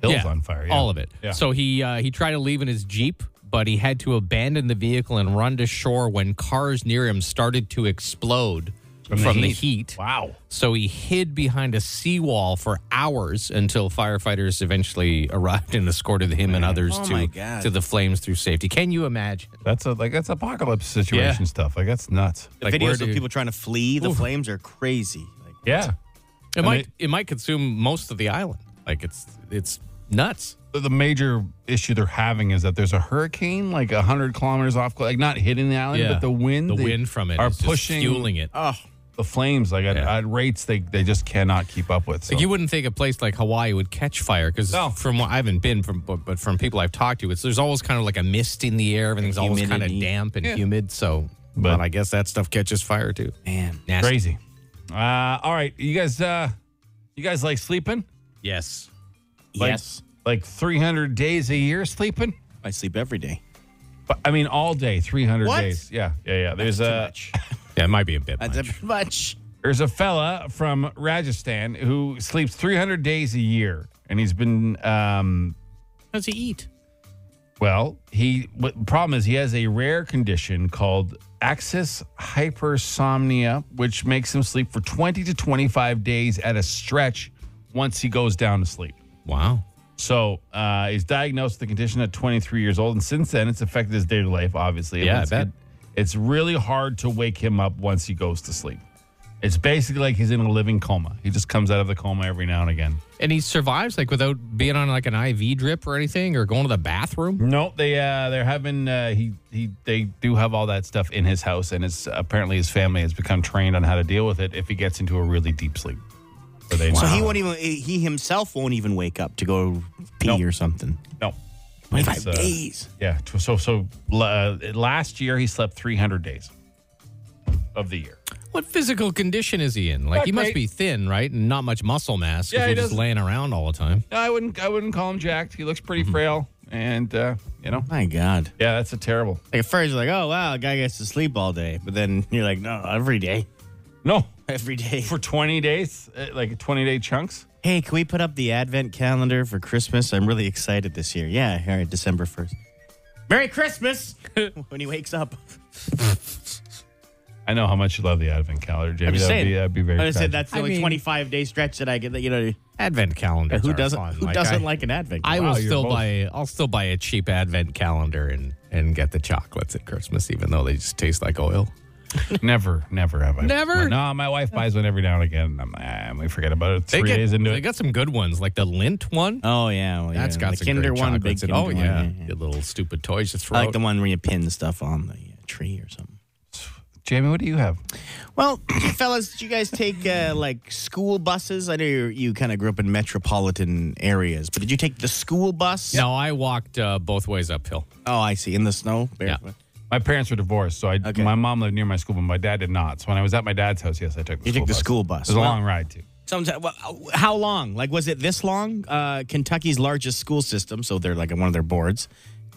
[SPEAKER 3] hill's
[SPEAKER 5] Yeah,
[SPEAKER 3] on fire. yeah.
[SPEAKER 5] all of it.
[SPEAKER 3] Yeah.
[SPEAKER 5] So he uh, he tried to leave in his jeep, but he had to abandon the vehicle and run to shore when cars near him started to explode from, the, heat.
[SPEAKER 3] Wow.
[SPEAKER 5] So he hid behind a seawall for hours until firefighters eventually arrived and escorted him and others
[SPEAKER 4] Oh my
[SPEAKER 5] to
[SPEAKER 4] God.
[SPEAKER 5] to the flames through safety. Can you imagine?
[SPEAKER 3] That's a like that's apocalypse situation
[SPEAKER 5] Yeah.
[SPEAKER 3] stuff. Like that's nuts.
[SPEAKER 4] The
[SPEAKER 5] Like, where
[SPEAKER 4] videos
[SPEAKER 5] do
[SPEAKER 4] of
[SPEAKER 5] you-
[SPEAKER 4] people trying to flee the flames are crazy. Like,
[SPEAKER 3] Yeah.
[SPEAKER 5] It might it might consume most of the island. Like it's it's nuts.
[SPEAKER 3] the major issue they're having is that there's a hurricane like 100 kilometers off like not hitting the island but the wind
[SPEAKER 5] the
[SPEAKER 3] they
[SPEAKER 5] wind from it
[SPEAKER 3] are
[SPEAKER 5] is just
[SPEAKER 3] pushing
[SPEAKER 5] fueling it.
[SPEAKER 3] oh the flames like at,
[SPEAKER 5] Yeah.
[SPEAKER 3] at rates they, they just cannot keep up with so.
[SPEAKER 5] Like you wouldn't think a place like Hawaii would catch fire because
[SPEAKER 3] No.
[SPEAKER 5] from what I haven't been from, but, but from people I've talked to, it's there's always kind of like a mist in the air. Everything's always kind of
[SPEAKER 4] humidity.
[SPEAKER 5] damp and humid. So,
[SPEAKER 3] But-
[SPEAKER 5] but I guess that stuff catches fire too.
[SPEAKER 4] man,
[SPEAKER 5] Nasty.
[SPEAKER 3] crazy uh, all right you guys uh you guys like sleeping
[SPEAKER 5] Yes.
[SPEAKER 3] Like-
[SPEAKER 4] yes,
[SPEAKER 3] like 300 days a year sleeping
[SPEAKER 4] I sleep every day.
[SPEAKER 3] but i mean all day 300
[SPEAKER 4] What?
[SPEAKER 3] days yeah yeah yeah there's a
[SPEAKER 4] much.
[SPEAKER 5] Yeah, it might be a bit.
[SPEAKER 4] That's
[SPEAKER 5] much.
[SPEAKER 4] a bit much.
[SPEAKER 3] There's a fella from Rajasthan who sleeps 300 days a year, and he's been um,
[SPEAKER 5] How does he eat?
[SPEAKER 3] well. He what problem is he has a rare condition called axis hypersomnia, which makes him sleep for 20 to 25 days at a stretch once he goes down to sleep.
[SPEAKER 5] Wow.
[SPEAKER 3] So uh, he's diagnosed with the condition at 23 years old, and since then, it's affected his daily life. Obviously,
[SPEAKER 5] Yeah, I
[SPEAKER 3] it's,
[SPEAKER 5] bet.
[SPEAKER 3] it's really hard to wake him up once he goes to sleep. It's basically like he's in a living coma. He just comes out of the coma every now and again.
[SPEAKER 5] And he survives like without being on like an IV drip or anything or going to the bathroom?
[SPEAKER 3] Nope they uh, they're having uh, he he they do have all that stuff in his house, and it's apparently his family has become trained on how to deal with it if he gets into a really deep sleep. So, they,
[SPEAKER 4] So he won't even. eh, He himself won't even wake up to go pee
[SPEAKER 3] Nope.
[SPEAKER 4] or something.
[SPEAKER 3] no.
[SPEAKER 4] Twenty five
[SPEAKER 3] It's, uh,
[SPEAKER 4] days.
[SPEAKER 3] Yeah. tw- So so uh, last year he slept 300 days of the year.
[SPEAKER 5] What physical condition is he in? Like he must
[SPEAKER 3] great.
[SPEAKER 5] be thin, right? And not much muscle mass
[SPEAKER 3] Yeah,
[SPEAKER 5] because
[SPEAKER 3] he
[SPEAKER 5] he's just
[SPEAKER 3] doesn't-
[SPEAKER 5] laying around all the time.
[SPEAKER 3] No, I wouldn't. I wouldn't call him jacked. He looks pretty frail, and uh, you know,
[SPEAKER 4] My God.
[SPEAKER 3] Mm-hmm. yeah, that's a terrible.
[SPEAKER 4] Like at first, you're like, oh wow, a guy gets to sleep all day, but then you're like, no, every day,
[SPEAKER 3] No,
[SPEAKER 4] every day.
[SPEAKER 3] for twenty days, uh, like twenty day chunks.
[SPEAKER 4] Hey, can we put up the advent calendar for Christmas? I'm really excited this year. Yeah, all right, December 1st. Merry Christmas when he wakes up.
[SPEAKER 3] I know how much you love the advent calendar, Jamie.
[SPEAKER 4] I'm just
[SPEAKER 3] That'd
[SPEAKER 4] saying.
[SPEAKER 3] Be, that'd be very.
[SPEAKER 4] I just said
[SPEAKER 3] tragic.
[SPEAKER 4] that's the
[SPEAKER 5] I
[SPEAKER 4] only
[SPEAKER 5] mean-
[SPEAKER 4] 25 day stretch that I get. That you know,
[SPEAKER 5] Advent calendar.
[SPEAKER 4] who doesn't who doesn't like an advent?
[SPEAKER 5] I
[SPEAKER 4] calendar?
[SPEAKER 5] will
[SPEAKER 3] you're
[SPEAKER 5] still
[SPEAKER 3] both-
[SPEAKER 5] buy. I'll still buy a cheap advent calendar and and get the chocolates at Christmas, even though they just taste like oil.
[SPEAKER 3] never, never have I.
[SPEAKER 5] Never?
[SPEAKER 3] No, my wife buys one every now and again. and I'm, ah, we forget about it three
[SPEAKER 5] they get,
[SPEAKER 3] days into
[SPEAKER 5] they
[SPEAKER 3] it.
[SPEAKER 5] got some good ones, like the lint one.
[SPEAKER 4] Oh yeah, well,
[SPEAKER 5] That's
[SPEAKER 4] yeah.
[SPEAKER 5] got
[SPEAKER 4] the
[SPEAKER 5] some
[SPEAKER 4] Kinder
[SPEAKER 5] great
[SPEAKER 4] one, big
[SPEAKER 5] chocolates in-
[SPEAKER 4] Kinder
[SPEAKER 5] Oh
[SPEAKER 4] one,
[SPEAKER 5] yeah,
[SPEAKER 4] yeah, yeah.
[SPEAKER 5] the little stupid toys to throw.
[SPEAKER 4] I like
[SPEAKER 5] out.
[SPEAKER 4] the one where you pin stuff on the uh, tree or something.
[SPEAKER 3] Jamie, what do you have?
[SPEAKER 4] Well, fellas, did you guys take uh, like school buses? I know you you kind of grew up in metropolitan areas, but did you take the school bus?
[SPEAKER 5] No, I walked uh, both ways uphill.
[SPEAKER 4] Oh, I see. In the snow, barefoot.
[SPEAKER 3] My parents were divorced, so I
[SPEAKER 4] Okay.
[SPEAKER 3] my mom lived near my school, but my dad did not. So when I was at my dad's house, yes, I took the school
[SPEAKER 4] You took the
[SPEAKER 3] bus.
[SPEAKER 4] school bus.
[SPEAKER 3] It was a
[SPEAKER 4] Well-
[SPEAKER 3] long ride too.
[SPEAKER 4] Sometimes, well, uh, how long? Like, was it this long? Uh, Kentucky's largest school system, so they're like on one of their boards.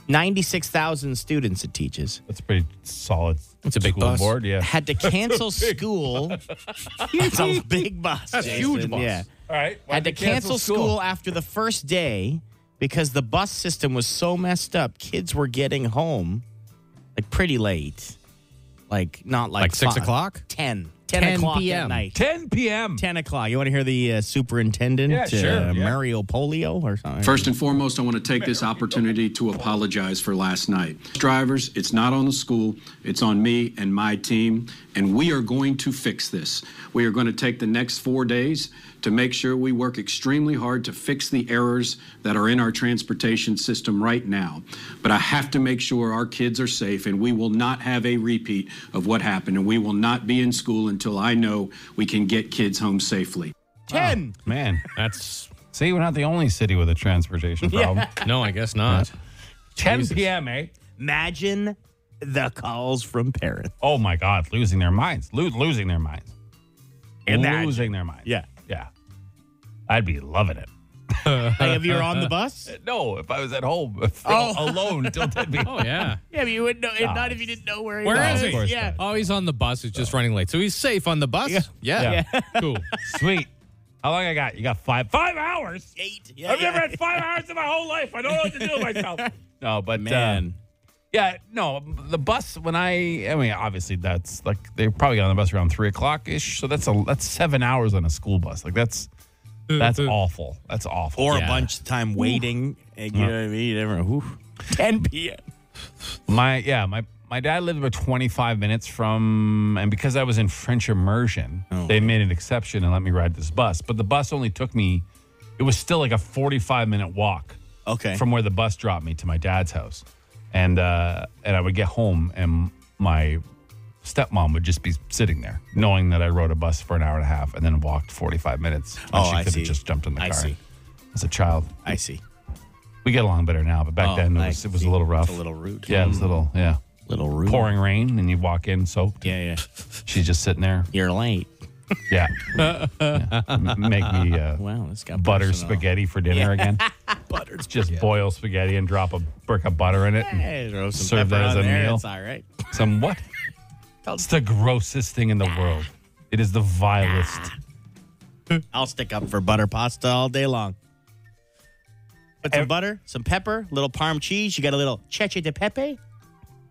[SPEAKER 4] Ninety-six thousand students it teaches
[SPEAKER 3] That's pretty solid.
[SPEAKER 5] It's a big
[SPEAKER 3] school
[SPEAKER 5] bus.
[SPEAKER 3] board, yeah.
[SPEAKER 4] had to cancel school. It's a big bus, That's
[SPEAKER 3] huge bus.
[SPEAKER 4] Yeah,
[SPEAKER 3] All right. why'd
[SPEAKER 4] had to
[SPEAKER 3] they
[SPEAKER 4] cancel school. after the first day because the bus system was so messed up. Kids were getting home like pretty late, like not like
[SPEAKER 5] Like six
[SPEAKER 4] five-
[SPEAKER 5] o'clock?
[SPEAKER 4] 10, 10,
[SPEAKER 5] 10
[SPEAKER 4] o'clock at
[SPEAKER 5] PM.
[SPEAKER 4] night.
[SPEAKER 3] 10 p.m.
[SPEAKER 4] 10 o'clock. You want to hear the uh, superintendent?
[SPEAKER 3] Yeah, sure,
[SPEAKER 4] Uh,
[SPEAKER 3] yeah.
[SPEAKER 4] Mario Polio or something?
[SPEAKER 10] First and foremost, I want to take this opportunity to apologize for last night. Drivers, it's not on the school, it's on me and my team, and we are going to fix this. We are going to take the next four days to make sure we work extremely hard to fix the errors that are in our transportation system right now. But I have to make sure our kids are safe, and we will not have a repeat of what happened, and we will not be in school until I know we can get kids home safely.
[SPEAKER 4] 10.
[SPEAKER 3] Man,
[SPEAKER 5] That's
[SPEAKER 3] see, we're not the only city with a transportation problem.
[SPEAKER 5] no, I guess not.
[SPEAKER 3] 10 p.m., eh?
[SPEAKER 4] Imagine the calls from parents.
[SPEAKER 3] Oh my God, losing their minds, Lo- losing their minds,
[SPEAKER 4] Imagine.
[SPEAKER 3] losing their minds.
[SPEAKER 4] Yeah.
[SPEAKER 3] yeah. I'd be loving it.
[SPEAKER 4] Like if you were on the bus?
[SPEAKER 3] No, if I was at home Oh. alone till 10 p.m.
[SPEAKER 5] Oh yeah.
[SPEAKER 4] Yeah, but you wouldn't know. Not if you didn't know where he
[SPEAKER 5] Where
[SPEAKER 4] was.
[SPEAKER 5] is he?
[SPEAKER 4] Yeah.
[SPEAKER 5] Oh, he's on the bus. He's just running late, so he's safe on the bus. Yeah. Cool.
[SPEAKER 3] Sweet. How long I got? You got five? Five hours?
[SPEAKER 4] Eight. Yeah,
[SPEAKER 3] I've
[SPEAKER 4] yeah.
[SPEAKER 3] never had five hours in my whole life. I don't know what to do with myself. No, but uh,
[SPEAKER 4] Man.
[SPEAKER 3] yeah, no. The bus when I, I mean, obviously that's like they probably got on the bus around three o'clock ish. So that's a that's seven hours on a school bus. Like that's that's awful. That's awful.
[SPEAKER 4] or
[SPEAKER 3] Yeah.
[SPEAKER 4] a bunch of time waiting. and You know what I mean? You never know. Oof. 10 p.m.
[SPEAKER 3] My yeah, my my dad lived about 25 minutes from and because I was in French immersion,
[SPEAKER 4] Oh,
[SPEAKER 3] they made an exception and let me ride this bus. But the bus only took me it was still like a 45 minute walk
[SPEAKER 4] Okay.
[SPEAKER 3] from where the bus dropped me to my dad's house. And uh and I would get home and my stepmom would just be sitting there knowing that I rode a bus for an hour and a half and then walked 45 minutes. when
[SPEAKER 4] Oh,
[SPEAKER 3] she
[SPEAKER 4] I
[SPEAKER 3] could
[SPEAKER 4] see.
[SPEAKER 3] have just jumped in the
[SPEAKER 4] I
[SPEAKER 3] car.
[SPEAKER 4] see.
[SPEAKER 3] As a child,
[SPEAKER 4] I see.
[SPEAKER 3] we get along better now, but back
[SPEAKER 4] Oh,
[SPEAKER 3] then it
[SPEAKER 4] I
[SPEAKER 3] was, it was
[SPEAKER 4] see.
[SPEAKER 3] a little rough.
[SPEAKER 4] It's a little rude.
[SPEAKER 3] Yeah, it was a little, yeah
[SPEAKER 4] Little rude.
[SPEAKER 3] pouring rain and you walk in soaked.
[SPEAKER 4] Yeah, yeah.
[SPEAKER 3] She's just sitting there.
[SPEAKER 4] You're late.
[SPEAKER 3] Yeah. Yeah. M- Make me uh,
[SPEAKER 4] Wow, this got
[SPEAKER 3] butter
[SPEAKER 4] personal.
[SPEAKER 3] spaghetti for dinner again.
[SPEAKER 4] Butter spaghetti.
[SPEAKER 3] Just boil spaghetti and drop a brick of butter in it. and
[SPEAKER 4] Hey, throw some
[SPEAKER 3] Serve
[SPEAKER 4] pepper
[SPEAKER 3] that as
[SPEAKER 4] on
[SPEAKER 3] a
[SPEAKER 4] there.
[SPEAKER 3] meal.
[SPEAKER 4] It's all right.
[SPEAKER 3] Some what? It's the grossest thing in the world. It is the vilest.
[SPEAKER 4] I'll stick up for butter pasta all day long. Put some butter, some pepper, little parm cheese. You got a little cheche de pepe.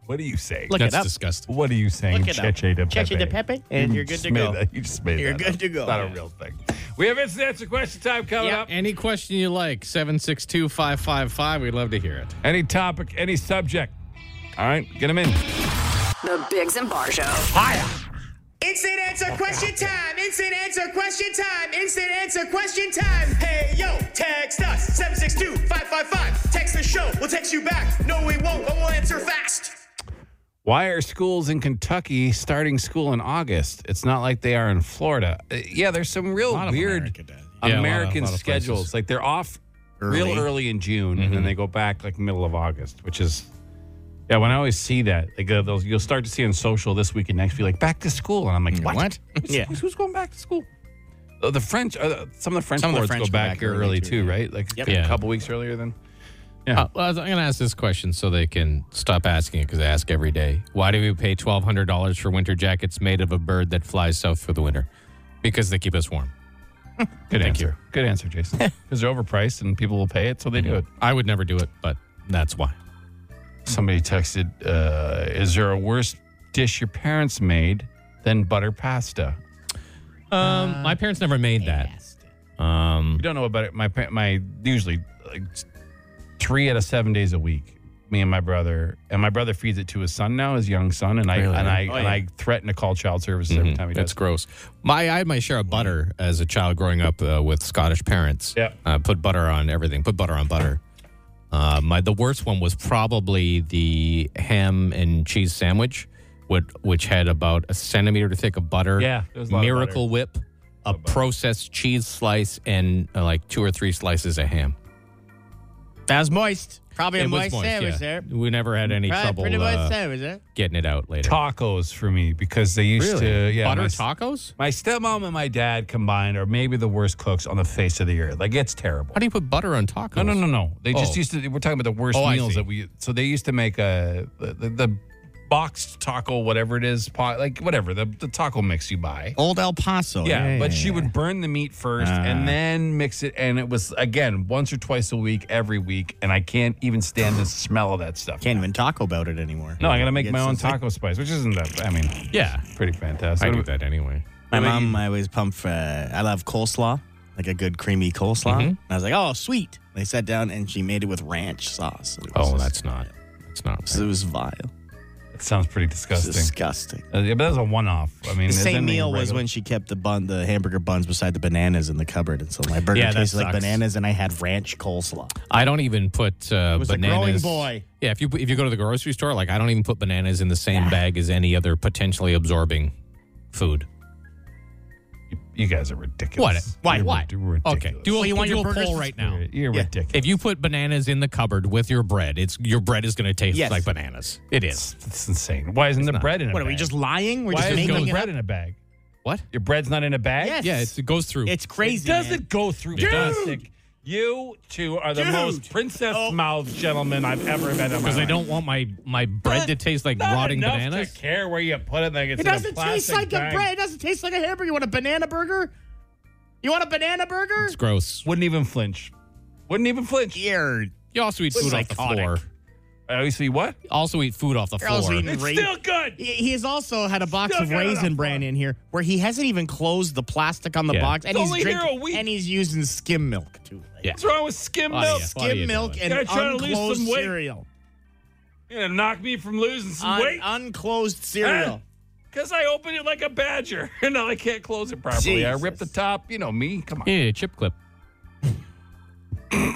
[SPEAKER 3] What are you saying?
[SPEAKER 4] Look
[SPEAKER 5] That's
[SPEAKER 4] it up.
[SPEAKER 5] disgusting.
[SPEAKER 3] What are you saying?
[SPEAKER 4] Look it up.
[SPEAKER 3] Cheche de Pepe.
[SPEAKER 4] Cheche de Pepe, and
[SPEAKER 3] You
[SPEAKER 4] you're good
[SPEAKER 3] just
[SPEAKER 4] to
[SPEAKER 3] made
[SPEAKER 4] go.
[SPEAKER 3] that- You just made
[SPEAKER 4] You're
[SPEAKER 3] that
[SPEAKER 4] good
[SPEAKER 3] up.
[SPEAKER 4] to go.
[SPEAKER 3] It's not a real thing. We have instant answer question time coming
[SPEAKER 5] Yeah,
[SPEAKER 3] up.
[SPEAKER 5] any question you like, 762 555. We'd love to hear it.
[SPEAKER 3] Any topic, any subject. All right, get them in.
[SPEAKER 8] The Biggs and Bar Show.
[SPEAKER 11] Instant answer question time. Instant answer question time. Instant answer question time. Hey yo, text us 762-555. Text the show. We'll text you back. No, we won't, but we'll answer fast.
[SPEAKER 3] Why are schools in Kentucky starting school in August? It's not like they are in Florida. Uh, yeah, there's some real
[SPEAKER 4] lot of
[SPEAKER 3] weird
[SPEAKER 4] America does.
[SPEAKER 5] Yeah, a lot of-
[SPEAKER 3] American
[SPEAKER 5] lot of
[SPEAKER 3] schedules.
[SPEAKER 5] places.
[SPEAKER 3] Like they're off
[SPEAKER 4] Early.
[SPEAKER 3] real early in June, and then they go back like middle of August, which is yeah. When I always see that, like uh, those, you'll start to see on social this week and next be like back to school, and I'm like, what?
[SPEAKER 4] What? yeah.
[SPEAKER 3] Who's, who's going back to school? Uh, the French, uh, some of the French
[SPEAKER 4] Some of the
[SPEAKER 3] boards
[SPEAKER 4] French
[SPEAKER 3] go
[SPEAKER 4] go
[SPEAKER 3] back,
[SPEAKER 4] back
[SPEAKER 3] here
[SPEAKER 4] early
[SPEAKER 3] early
[SPEAKER 4] too,
[SPEAKER 3] too,
[SPEAKER 4] yeah.
[SPEAKER 3] right? Like
[SPEAKER 4] Yep.
[SPEAKER 3] a
[SPEAKER 5] Yeah.
[SPEAKER 3] couple weeks earlier than.
[SPEAKER 5] Uh, well, I was- I'm going to ask this question so they can stop asking it because I ask every day. Why do we pay $1,200 for winter jackets made of a bird that flies south for the winter? Because they keep us warm.
[SPEAKER 3] Good answer. Mm-hmm. Good answer, Jason. Because they're overpriced and people will pay it, so they do it.
[SPEAKER 5] I would never do it, but that's why.
[SPEAKER 3] Somebody texted, uh, "Is there a worse dish your parents made than butter pasta?"
[SPEAKER 5] Um, my parents never made that. Um,
[SPEAKER 3] You don't know about it. My pa- my usually like three out of seven days a week. Me and my brother, and my brother feeds it to his son now, his young son, and I
[SPEAKER 5] Really? Mm-hmm.
[SPEAKER 3] and I
[SPEAKER 4] Oh,
[SPEAKER 3] and
[SPEAKER 4] yeah.
[SPEAKER 3] I threaten to call child services every time he does.
[SPEAKER 5] That's gross. My I had my share of butter as a child growing up uh, with Scottish parents.
[SPEAKER 3] Yeah.
[SPEAKER 5] uh, put butter on everything. Put butter on butter. Uh, my the worst one was probably the ham and cheese sandwich, which which had about a centimeter thick of butter.
[SPEAKER 3] Yeah, there was a lot of
[SPEAKER 5] Miracle Whip, a processed cheese slice, and uh, like two or three slices of ham.
[SPEAKER 4] That was moist. Probably a
[SPEAKER 5] It was
[SPEAKER 4] moist,
[SPEAKER 5] moist,
[SPEAKER 4] sandwich
[SPEAKER 5] yeah.
[SPEAKER 4] there.
[SPEAKER 5] We never had any
[SPEAKER 4] Probably
[SPEAKER 5] trouble
[SPEAKER 4] pretty moist
[SPEAKER 5] uh,
[SPEAKER 4] sandwich eh? there.
[SPEAKER 5] getting it out later.
[SPEAKER 3] Tacos for me because they used to uh, yeah
[SPEAKER 5] butter
[SPEAKER 3] my-
[SPEAKER 5] tacos?
[SPEAKER 3] My stepmom and my dad combined are maybe the worst cooks on the face of the earth. Like it's terrible.
[SPEAKER 5] How do you put butter on tacos?
[SPEAKER 3] No, no, no, no. They just
[SPEAKER 5] Oh.
[SPEAKER 3] used to. We're talking about the worst
[SPEAKER 5] Oh, I
[SPEAKER 3] meals
[SPEAKER 5] see.
[SPEAKER 3] that we. So they used to make a the, the, the boxed taco, whatever it is, pot, like whatever the, the taco mix you buy.
[SPEAKER 4] Old El Paso. eh?
[SPEAKER 3] yeah, but she would burn the meat first and then mix it, and it was again once or twice a week, every week, and I can't even stand the smell of that stuff.
[SPEAKER 4] Can't even talk about it anymore.
[SPEAKER 3] no, I gotta make
[SPEAKER 4] Gets
[SPEAKER 3] my own
[SPEAKER 4] so sick.
[SPEAKER 3] taco spice, which isn't that. I mean,
[SPEAKER 5] Yeah,
[SPEAKER 3] pretty fantastic.
[SPEAKER 5] I do that anyway.
[SPEAKER 4] My mom I always pumped for, I love coleslaw, like a good creamy coleslaw. And I was like, oh, sweet. And I sat down and she made it with ranch sauce. It was
[SPEAKER 5] Oh,
[SPEAKER 4] just-
[SPEAKER 5] that's not. It's not.
[SPEAKER 4] It was vile.
[SPEAKER 3] That sounds pretty disgusting.
[SPEAKER 4] Disgusting.
[SPEAKER 3] Uh, yeah, but that was a one-off. I mean,
[SPEAKER 4] The
[SPEAKER 3] there's
[SPEAKER 4] same
[SPEAKER 3] anything
[SPEAKER 4] meal was
[SPEAKER 3] regular-
[SPEAKER 4] when she kept the bun, the hamburger buns beside the bananas in the cupboard, and so my burger
[SPEAKER 5] Yeah, that
[SPEAKER 4] tasted like
[SPEAKER 5] sucks.
[SPEAKER 4] bananas, and I had ranch coleslaw.
[SPEAKER 5] I don't even put uh,
[SPEAKER 4] was a growing
[SPEAKER 5] bananas.
[SPEAKER 4] boy.
[SPEAKER 5] Yeah, if you if you go to the grocery store, like I don't even put bananas in the same bag as any other potentially absorbing food.
[SPEAKER 3] you guys are ridiculous.
[SPEAKER 5] What? Why?
[SPEAKER 3] You're
[SPEAKER 5] Why?
[SPEAKER 3] rid- ridiculous.
[SPEAKER 5] Okay, do a,
[SPEAKER 4] Well, you want
[SPEAKER 5] do
[SPEAKER 4] your
[SPEAKER 5] a
[SPEAKER 4] burgers
[SPEAKER 5] poll
[SPEAKER 4] to-
[SPEAKER 5] right now.
[SPEAKER 3] You're, you're
[SPEAKER 4] Yeah.
[SPEAKER 3] ridiculous.
[SPEAKER 5] If you put bananas in the cupboard with your bread, it's your bread is going to taste
[SPEAKER 4] Yes.
[SPEAKER 5] like bananas. It is.
[SPEAKER 3] It's insane. Why isn't the bread in a
[SPEAKER 4] What
[SPEAKER 3] bag?
[SPEAKER 4] are we just lying? We're
[SPEAKER 3] Why
[SPEAKER 4] just
[SPEAKER 3] is
[SPEAKER 4] making
[SPEAKER 3] the
[SPEAKER 4] it
[SPEAKER 3] bread
[SPEAKER 4] up?
[SPEAKER 3] in a bag?
[SPEAKER 5] What?
[SPEAKER 3] Your bread's not in a bag?
[SPEAKER 4] Yes.
[SPEAKER 5] Yeah, it's, it goes through.
[SPEAKER 4] It's
[SPEAKER 3] It
[SPEAKER 4] crazy. man.
[SPEAKER 3] doesn't go through
[SPEAKER 5] Dude!
[SPEAKER 3] plastic. You two are the
[SPEAKER 4] Dude!
[SPEAKER 3] most princess
[SPEAKER 5] Oh.
[SPEAKER 3] mouth gentlemen I've ever met in my
[SPEAKER 5] because I
[SPEAKER 3] life.
[SPEAKER 5] don't want my my bread to taste like
[SPEAKER 3] Not
[SPEAKER 5] rotting
[SPEAKER 3] enough
[SPEAKER 5] bananas.
[SPEAKER 3] To care where you put it. Like it's
[SPEAKER 4] It
[SPEAKER 3] in a
[SPEAKER 4] doesn't taste
[SPEAKER 3] plastic
[SPEAKER 4] like
[SPEAKER 3] bag.
[SPEAKER 4] a bread. It doesn't taste like a hamburger. You want a banana burger? You want a banana burger?
[SPEAKER 5] It's gross.
[SPEAKER 3] Wouldn't even flinch. Wouldn't even flinch.
[SPEAKER 4] You're,
[SPEAKER 5] You also eat
[SPEAKER 4] It's
[SPEAKER 5] food off the
[SPEAKER 4] psychotic.
[SPEAKER 5] floor.
[SPEAKER 3] Oh, you see what?
[SPEAKER 5] Also eat food off the
[SPEAKER 4] you're also
[SPEAKER 5] floor.
[SPEAKER 4] eating
[SPEAKER 3] It's
[SPEAKER 4] ra-
[SPEAKER 3] still good.
[SPEAKER 4] He- He's also had a box
[SPEAKER 3] Still
[SPEAKER 4] of
[SPEAKER 3] got it
[SPEAKER 4] raisin
[SPEAKER 3] up
[SPEAKER 4] bran in here where he hasn't even closed the plastic on the
[SPEAKER 5] Yeah.
[SPEAKER 4] box, and
[SPEAKER 3] It's
[SPEAKER 4] he's
[SPEAKER 3] only here
[SPEAKER 4] drinking,
[SPEAKER 3] a week.
[SPEAKER 4] and he's using skim milk too. uh,
[SPEAKER 5] Yeah.
[SPEAKER 3] What's wrong with skim
[SPEAKER 5] Oh, yeah.
[SPEAKER 3] milk?
[SPEAKER 5] What are you
[SPEAKER 4] Skim milk
[SPEAKER 5] doing?
[SPEAKER 4] and
[SPEAKER 3] Gotta try to lose
[SPEAKER 4] unclosed
[SPEAKER 3] some weight.
[SPEAKER 4] cereal.
[SPEAKER 3] You're gonna knock me from losing some
[SPEAKER 4] Un-
[SPEAKER 3] weight. Ah.
[SPEAKER 4] unclosed cereal.
[SPEAKER 3] Because I opened it like a badger and now I can't close it properly. I ripped the
[SPEAKER 4] Jesus.
[SPEAKER 3] top. You know me. Come on.
[SPEAKER 5] You need a chip clip. you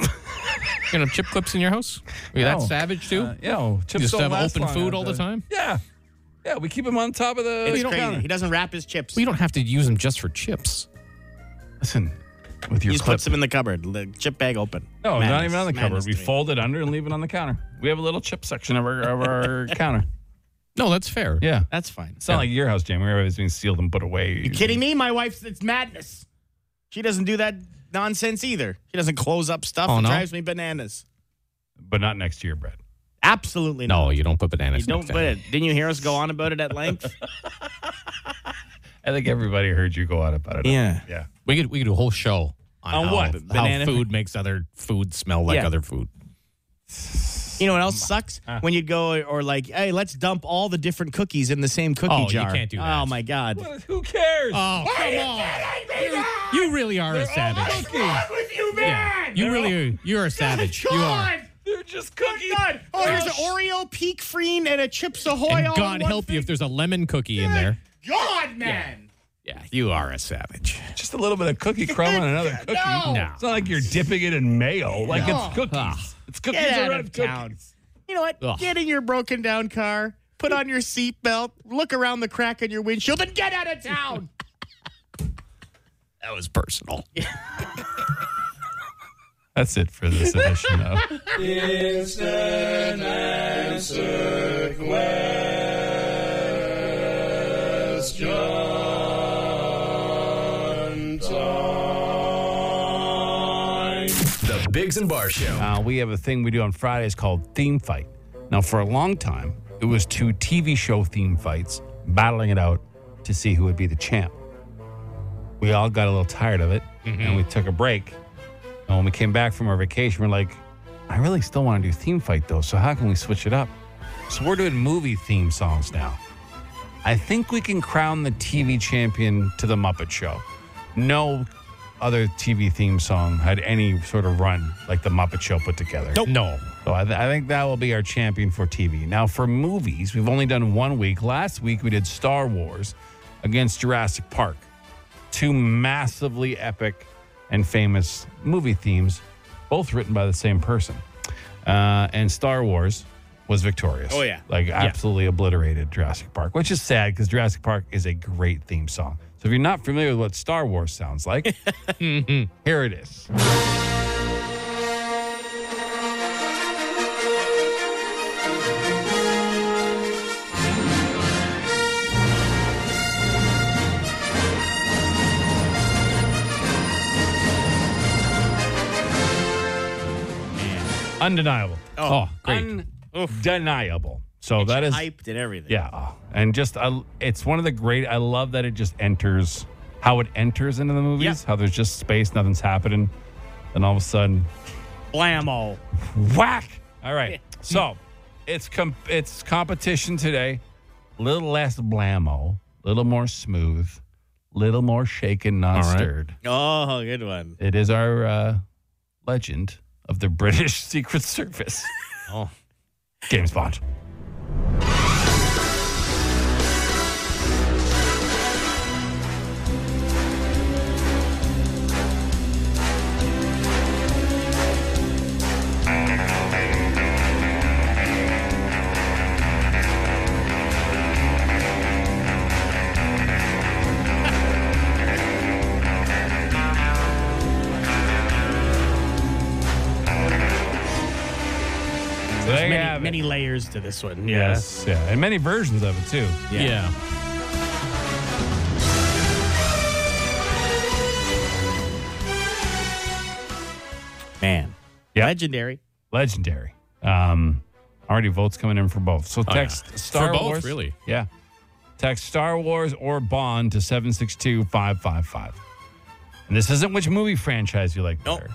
[SPEAKER 5] know chip clips in your house? Are you that
[SPEAKER 3] No.
[SPEAKER 5] savage too?
[SPEAKER 3] Uh, you know,
[SPEAKER 5] you
[SPEAKER 3] chips
[SPEAKER 5] just
[SPEAKER 3] don't
[SPEAKER 5] have
[SPEAKER 3] last
[SPEAKER 5] open
[SPEAKER 3] long
[SPEAKER 5] food
[SPEAKER 3] enough
[SPEAKER 5] all the
[SPEAKER 3] to-
[SPEAKER 5] time?
[SPEAKER 3] Yeah. Yeah, we keep them on top of the.
[SPEAKER 4] It's
[SPEAKER 3] you don't
[SPEAKER 4] crazy.
[SPEAKER 3] count
[SPEAKER 4] He
[SPEAKER 3] it.
[SPEAKER 4] doesn't wrap his chips.
[SPEAKER 5] Well, you don't have to use them just for chips.
[SPEAKER 3] Listen, with
[SPEAKER 4] he
[SPEAKER 3] your
[SPEAKER 4] just
[SPEAKER 3] clip.
[SPEAKER 4] puts them in the cupboard. The chip bag open.
[SPEAKER 3] No, not
[SPEAKER 4] Madness.
[SPEAKER 3] even on the
[SPEAKER 4] Madness
[SPEAKER 3] cupboard.
[SPEAKER 4] to
[SPEAKER 3] We
[SPEAKER 4] me.
[SPEAKER 3] fold it under and leave it on the counter. We have a little chip section of our, of our counter.
[SPEAKER 5] No, that's fair.
[SPEAKER 3] Yeah.
[SPEAKER 4] That's fine.
[SPEAKER 3] It's not like your house, Jamie, where everything's being sealed and put away.
[SPEAKER 4] You kidding me? My wife's it's madness. She doesn't do that nonsense either. She doesn't close up stuff.
[SPEAKER 5] Oh,
[SPEAKER 4] it
[SPEAKER 5] no?
[SPEAKER 4] drives me bananas.
[SPEAKER 3] But not next to your bread.
[SPEAKER 4] Absolutely not.
[SPEAKER 5] No, you don't put bananas
[SPEAKER 4] You don't
[SPEAKER 5] in
[SPEAKER 4] put it. Didn't you hear us go on about it at length?
[SPEAKER 3] I think everybody heard you go on about it.
[SPEAKER 4] Yeah.
[SPEAKER 3] Yeah.
[SPEAKER 5] We could we could do a whole show on,
[SPEAKER 4] On
[SPEAKER 5] how,
[SPEAKER 4] what?
[SPEAKER 5] how
[SPEAKER 4] Banana-
[SPEAKER 5] food makes other food smell like
[SPEAKER 4] Yeah.
[SPEAKER 5] other food.
[SPEAKER 4] You know what else sucks? When you go or like, hey, let's dump all the different cookies in the same cookie
[SPEAKER 5] Oh, you
[SPEAKER 4] jar.
[SPEAKER 5] can't do that.
[SPEAKER 4] Oh my god.
[SPEAKER 3] Who cares?
[SPEAKER 4] Uh,
[SPEAKER 5] Oh, come on. You, you really are a savage.
[SPEAKER 11] with you,
[SPEAKER 5] Yeah. You really are, you're a savage. You are.
[SPEAKER 3] They're just cookies.
[SPEAKER 4] Oh, there's an Oreo peak freen and a Chips Ahoy.
[SPEAKER 5] And
[SPEAKER 4] all in
[SPEAKER 5] God
[SPEAKER 4] one
[SPEAKER 5] help you if there's a lemon cookie in there.
[SPEAKER 11] God, man.
[SPEAKER 5] Yeah, you are a savage.
[SPEAKER 3] Just a little bit of cookie crumb on another cookie.
[SPEAKER 11] No.
[SPEAKER 5] No.
[SPEAKER 3] It's not like you're dipping it in mayo. Like
[SPEAKER 11] No.
[SPEAKER 3] it's cookies.
[SPEAKER 4] Ah.
[SPEAKER 3] It's cookies
[SPEAKER 4] Get out
[SPEAKER 3] around
[SPEAKER 4] of
[SPEAKER 3] cookies.
[SPEAKER 4] town. You know what?
[SPEAKER 5] Ugh.
[SPEAKER 4] Get in your broken down car, put on your seatbelt, look around the crack in your windshield, and get out of town.
[SPEAKER 5] That was personal.
[SPEAKER 3] That's it for this edition of.
[SPEAKER 1] The Biggs and Bar Show.
[SPEAKER 3] Uh, we have a thing we do on Fridays called Theme Fight. Now, for a long time, it was two TV show theme fights battling it out to see who would be the champ. We all got a little tired of it and we took a break. And when we came back from our vacation, we're like, I really still want to do theme fight though, so how can we switch it up? So we're doing movie theme songs now. I think we can crown the TV champion to The Muppet Show. No other TV theme song had any sort of run like The Muppet Show put together.
[SPEAKER 5] Nope. No.
[SPEAKER 3] So I, th- I think that will be our champion for TV. Now, for movies, we've only done one week. Last week, we did Star Wars against Jurassic Park. Two massively epic and famous movie themes, both written by the same person. Uh, and Star Wars was victorious.
[SPEAKER 4] Oh, yeah.
[SPEAKER 3] Like, absolutely obliterated Jurassic Park, which is sad because Jurassic Park is a great theme song. So if you're not familiar with what Star Wars sounds like, here it is. Undeniable.
[SPEAKER 4] Oh,
[SPEAKER 3] great. Undeniable. So that is
[SPEAKER 4] hyped and everything.
[SPEAKER 3] yeah, oh, and just I, it's one of the great. I love that it just enters how it enters into the movies. How there's just space, nothing's happening, and all of a sudden,
[SPEAKER 4] Blammo.
[SPEAKER 3] whack! All right, so it's com- it's competition today. Little less blammo, little more smooth, little more shaken, not stirred.
[SPEAKER 4] Oh, good one.
[SPEAKER 3] It is our uh, legend of the British Secret Service. oh, James Bond. So there you
[SPEAKER 4] Many,
[SPEAKER 3] have it.
[SPEAKER 4] many layers to this one. Yeah.
[SPEAKER 3] Yes, yeah, and many versions of it too.
[SPEAKER 5] Yeah.
[SPEAKER 4] Man.
[SPEAKER 3] Yeah.
[SPEAKER 4] Legendary.
[SPEAKER 3] legendary. Um, already votes coming in for both. So
[SPEAKER 4] Oh,
[SPEAKER 3] text Star
[SPEAKER 5] For both,
[SPEAKER 3] Wars,
[SPEAKER 5] really?
[SPEAKER 3] Yeah, text Star Wars or Bond to seven six two five five five. And this isn't which movie franchise you like
[SPEAKER 4] Nope.
[SPEAKER 3] better,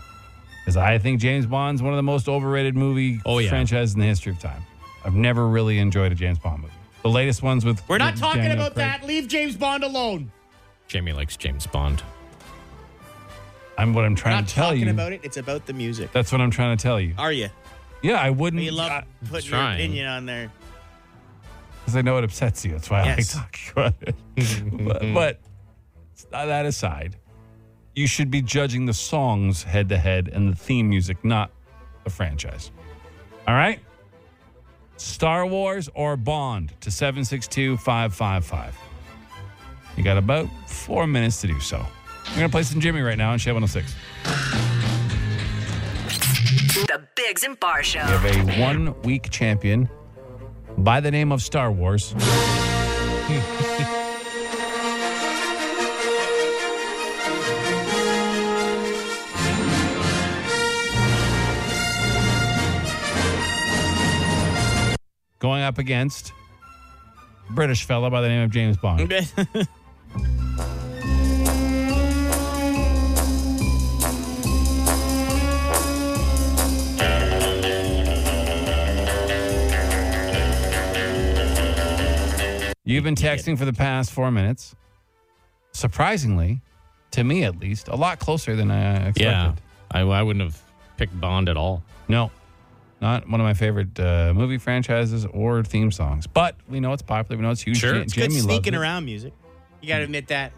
[SPEAKER 3] because I think James Bond's one of the most overrated movie
[SPEAKER 5] Oh, yeah.
[SPEAKER 3] franchises in the history of time. I've never really enjoyed a James Bond movie. The latest ones with
[SPEAKER 4] We're not
[SPEAKER 3] with
[SPEAKER 4] talking
[SPEAKER 3] Daniel
[SPEAKER 4] about
[SPEAKER 3] Craig.
[SPEAKER 4] that. Leave James Bond alone.
[SPEAKER 5] Jamie likes James Bond.
[SPEAKER 3] I'm what I'm
[SPEAKER 4] We're
[SPEAKER 3] trying
[SPEAKER 4] not
[SPEAKER 3] to tell
[SPEAKER 4] talking
[SPEAKER 3] you.
[SPEAKER 4] about it. It's about the music.
[SPEAKER 3] That's what I'm trying to tell you.
[SPEAKER 4] Are you?
[SPEAKER 3] Mm, Yeah, I wouldn't.
[SPEAKER 4] You love
[SPEAKER 3] I-
[SPEAKER 4] putting
[SPEAKER 5] trying.
[SPEAKER 4] your opinion on there.
[SPEAKER 3] because I know it upsets you. That's why
[SPEAKER 4] Yes.
[SPEAKER 3] I like talking about it. but, but uh, that aside, you should be judging the songs head to head and the theme music, not the franchise. All right? Star Wars or Bond to 762 555. You got about four minutes to do so. We're going to play some Jimmy right now on Shed 106.
[SPEAKER 8] The Bigs and Bar Show.
[SPEAKER 3] We have a one week champion by the name of Star Wars. Going up against British fella by the name of James Bond. You've been texting for the past four minutes. Surprisingly, to me at least, a lot closer than I expected.
[SPEAKER 5] Yeah. I, I wouldn't have picked Bond at all.
[SPEAKER 3] No, not one of my favorite uh, movie franchises or theme songs. But we know it's popular. We know it's huge.
[SPEAKER 5] Sure.
[SPEAKER 3] Ja-
[SPEAKER 5] It's
[SPEAKER 4] Good
[SPEAKER 3] Jamie loves
[SPEAKER 4] sneaking
[SPEAKER 3] it.
[SPEAKER 4] around music. You got to admit that.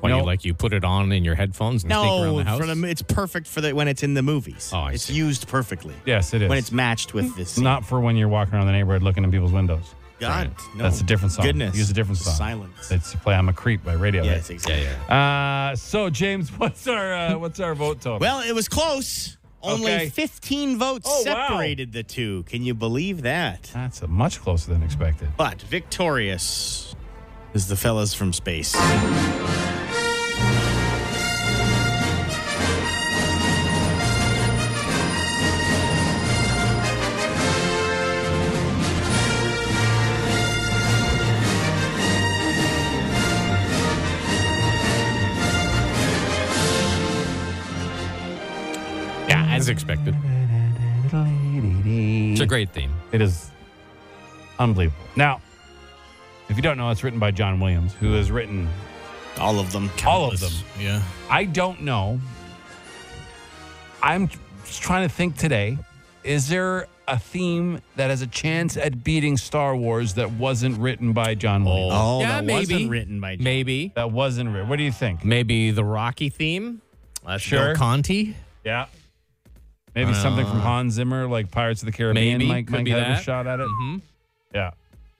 [SPEAKER 5] Why
[SPEAKER 3] No.
[SPEAKER 5] you like you put it on in your headphones and sneak around
[SPEAKER 4] No,
[SPEAKER 5] the house?
[SPEAKER 4] for the, it's perfect for the when it's in the movies.
[SPEAKER 5] Oh, I
[SPEAKER 4] it's
[SPEAKER 5] see.
[SPEAKER 4] used perfectly.
[SPEAKER 3] Yes, it is.
[SPEAKER 4] When it's matched with this.
[SPEAKER 3] not for when you're walking around the neighborhood looking in people's windows.
[SPEAKER 4] God, no.
[SPEAKER 3] That's a different song.
[SPEAKER 4] Goodness.
[SPEAKER 3] Use a different song.
[SPEAKER 4] Silence.
[SPEAKER 3] It's play "I'm a Creep" by Radiohead.
[SPEAKER 4] yes, exactly.
[SPEAKER 3] Uh, so James, what's our uh, what's our vote total?
[SPEAKER 4] Well, it was close. Only
[SPEAKER 3] Okay.
[SPEAKER 4] 15 votes
[SPEAKER 3] Oh, wow.
[SPEAKER 4] separated the two. Can you believe that?
[SPEAKER 3] that's uh, much closer than expected.
[SPEAKER 4] But victorious is the fellas from space.
[SPEAKER 5] yeah, as expected. It's a great theme.
[SPEAKER 3] It is unbelievable. Now, if you don't know, it's written by John Williams, who has written
[SPEAKER 4] All of them.
[SPEAKER 3] All of them.
[SPEAKER 4] Yeah.
[SPEAKER 3] I don't know. I'm just trying to think today. Is there a theme that has a chance at beating Star Wars that wasn't written by John Williams?
[SPEAKER 4] Oh,
[SPEAKER 5] Yeah,
[SPEAKER 4] that
[SPEAKER 5] maybe.
[SPEAKER 4] wasn't written by
[SPEAKER 5] Maybe.
[SPEAKER 3] That wasn't written. What do you think?
[SPEAKER 5] Maybe the Rocky theme.
[SPEAKER 4] Uh,
[SPEAKER 5] That's
[SPEAKER 3] Sure.
[SPEAKER 5] Bill Conti.
[SPEAKER 3] Yeah. Maybe something from Hans Zimmer, like Pirates of the Caribbean.
[SPEAKER 5] Uh. Maybe.
[SPEAKER 3] might
[SPEAKER 5] Could
[SPEAKER 3] might
[SPEAKER 5] be
[SPEAKER 3] have a
[SPEAKER 5] that.
[SPEAKER 3] shot at it.
[SPEAKER 5] hmm
[SPEAKER 3] Yeah.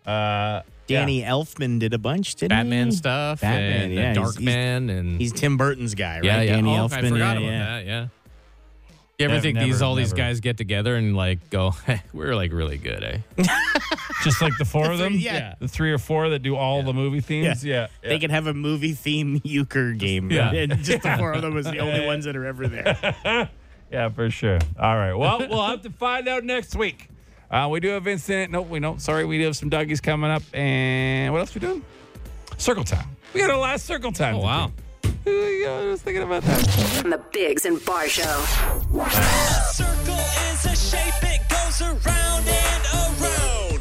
[SPEAKER 3] Uh,
[SPEAKER 4] Danny Elfman did a bunch, didn't
[SPEAKER 5] Batman
[SPEAKER 4] he?
[SPEAKER 5] stuff.
[SPEAKER 4] Mm. Batman,
[SPEAKER 5] and
[SPEAKER 4] yeah,
[SPEAKER 5] the
[SPEAKER 4] he's-
[SPEAKER 5] Dark Man. And
[SPEAKER 4] He's Tim Burton's guy, right?
[SPEAKER 5] yeah, yeah.
[SPEAKER 4] Danny
[SPEAKER 5] oh,
[SPEAKER 4] Elfman.
[SPEAKER 5] I forgot
[SPEAKER 4] yeah,
[SPEAKER 5] about
[SPEAKER 4] yeah.
[SPEAKER 5] that. Yeah. You ever
[SPEAKER 3] Never-
[SPEAKER 5] think these
[SPEAKER 3] never-
[SPEAKER 5] all these
[SPEAKER 3] never.
[SPEAKER 5] guys get together and like go, we're like really good, eh?
[SPEAKER 3] Just like the four of
[SPEAKER 4] The
[SPEAKER 3] them?
[SPEAKER 4] three- yeah.
[SPEAKER 3] The three or four that do all the movie themes? Yeah. yeah.
[SPEAKER 4] They could have a movie theme euchre game.
[SPEAKER 3] Yeah.
[SPEAKER 4] And just the four of them was the only ones that are ever there.
[SPEAKER 3] Yeah, for sure. All right. Well, we'll have to find out next week. Uh, we do have Vincent. Nope, we don't. Sorry, we do have some doggies coming up. And what else we doing? Circle time. We got our last circle time.
[SPEAKER 5] Oh,
[SPEAKER 3] to
[SPEAKER 5] wow.
[SPEAKER 3] do. Uh, yeah, I was thinking about that.
[SPEAKER 8] On the Bigs and Bar Show.
[SPEAKER 11] Circle is a shape, it goes around and around.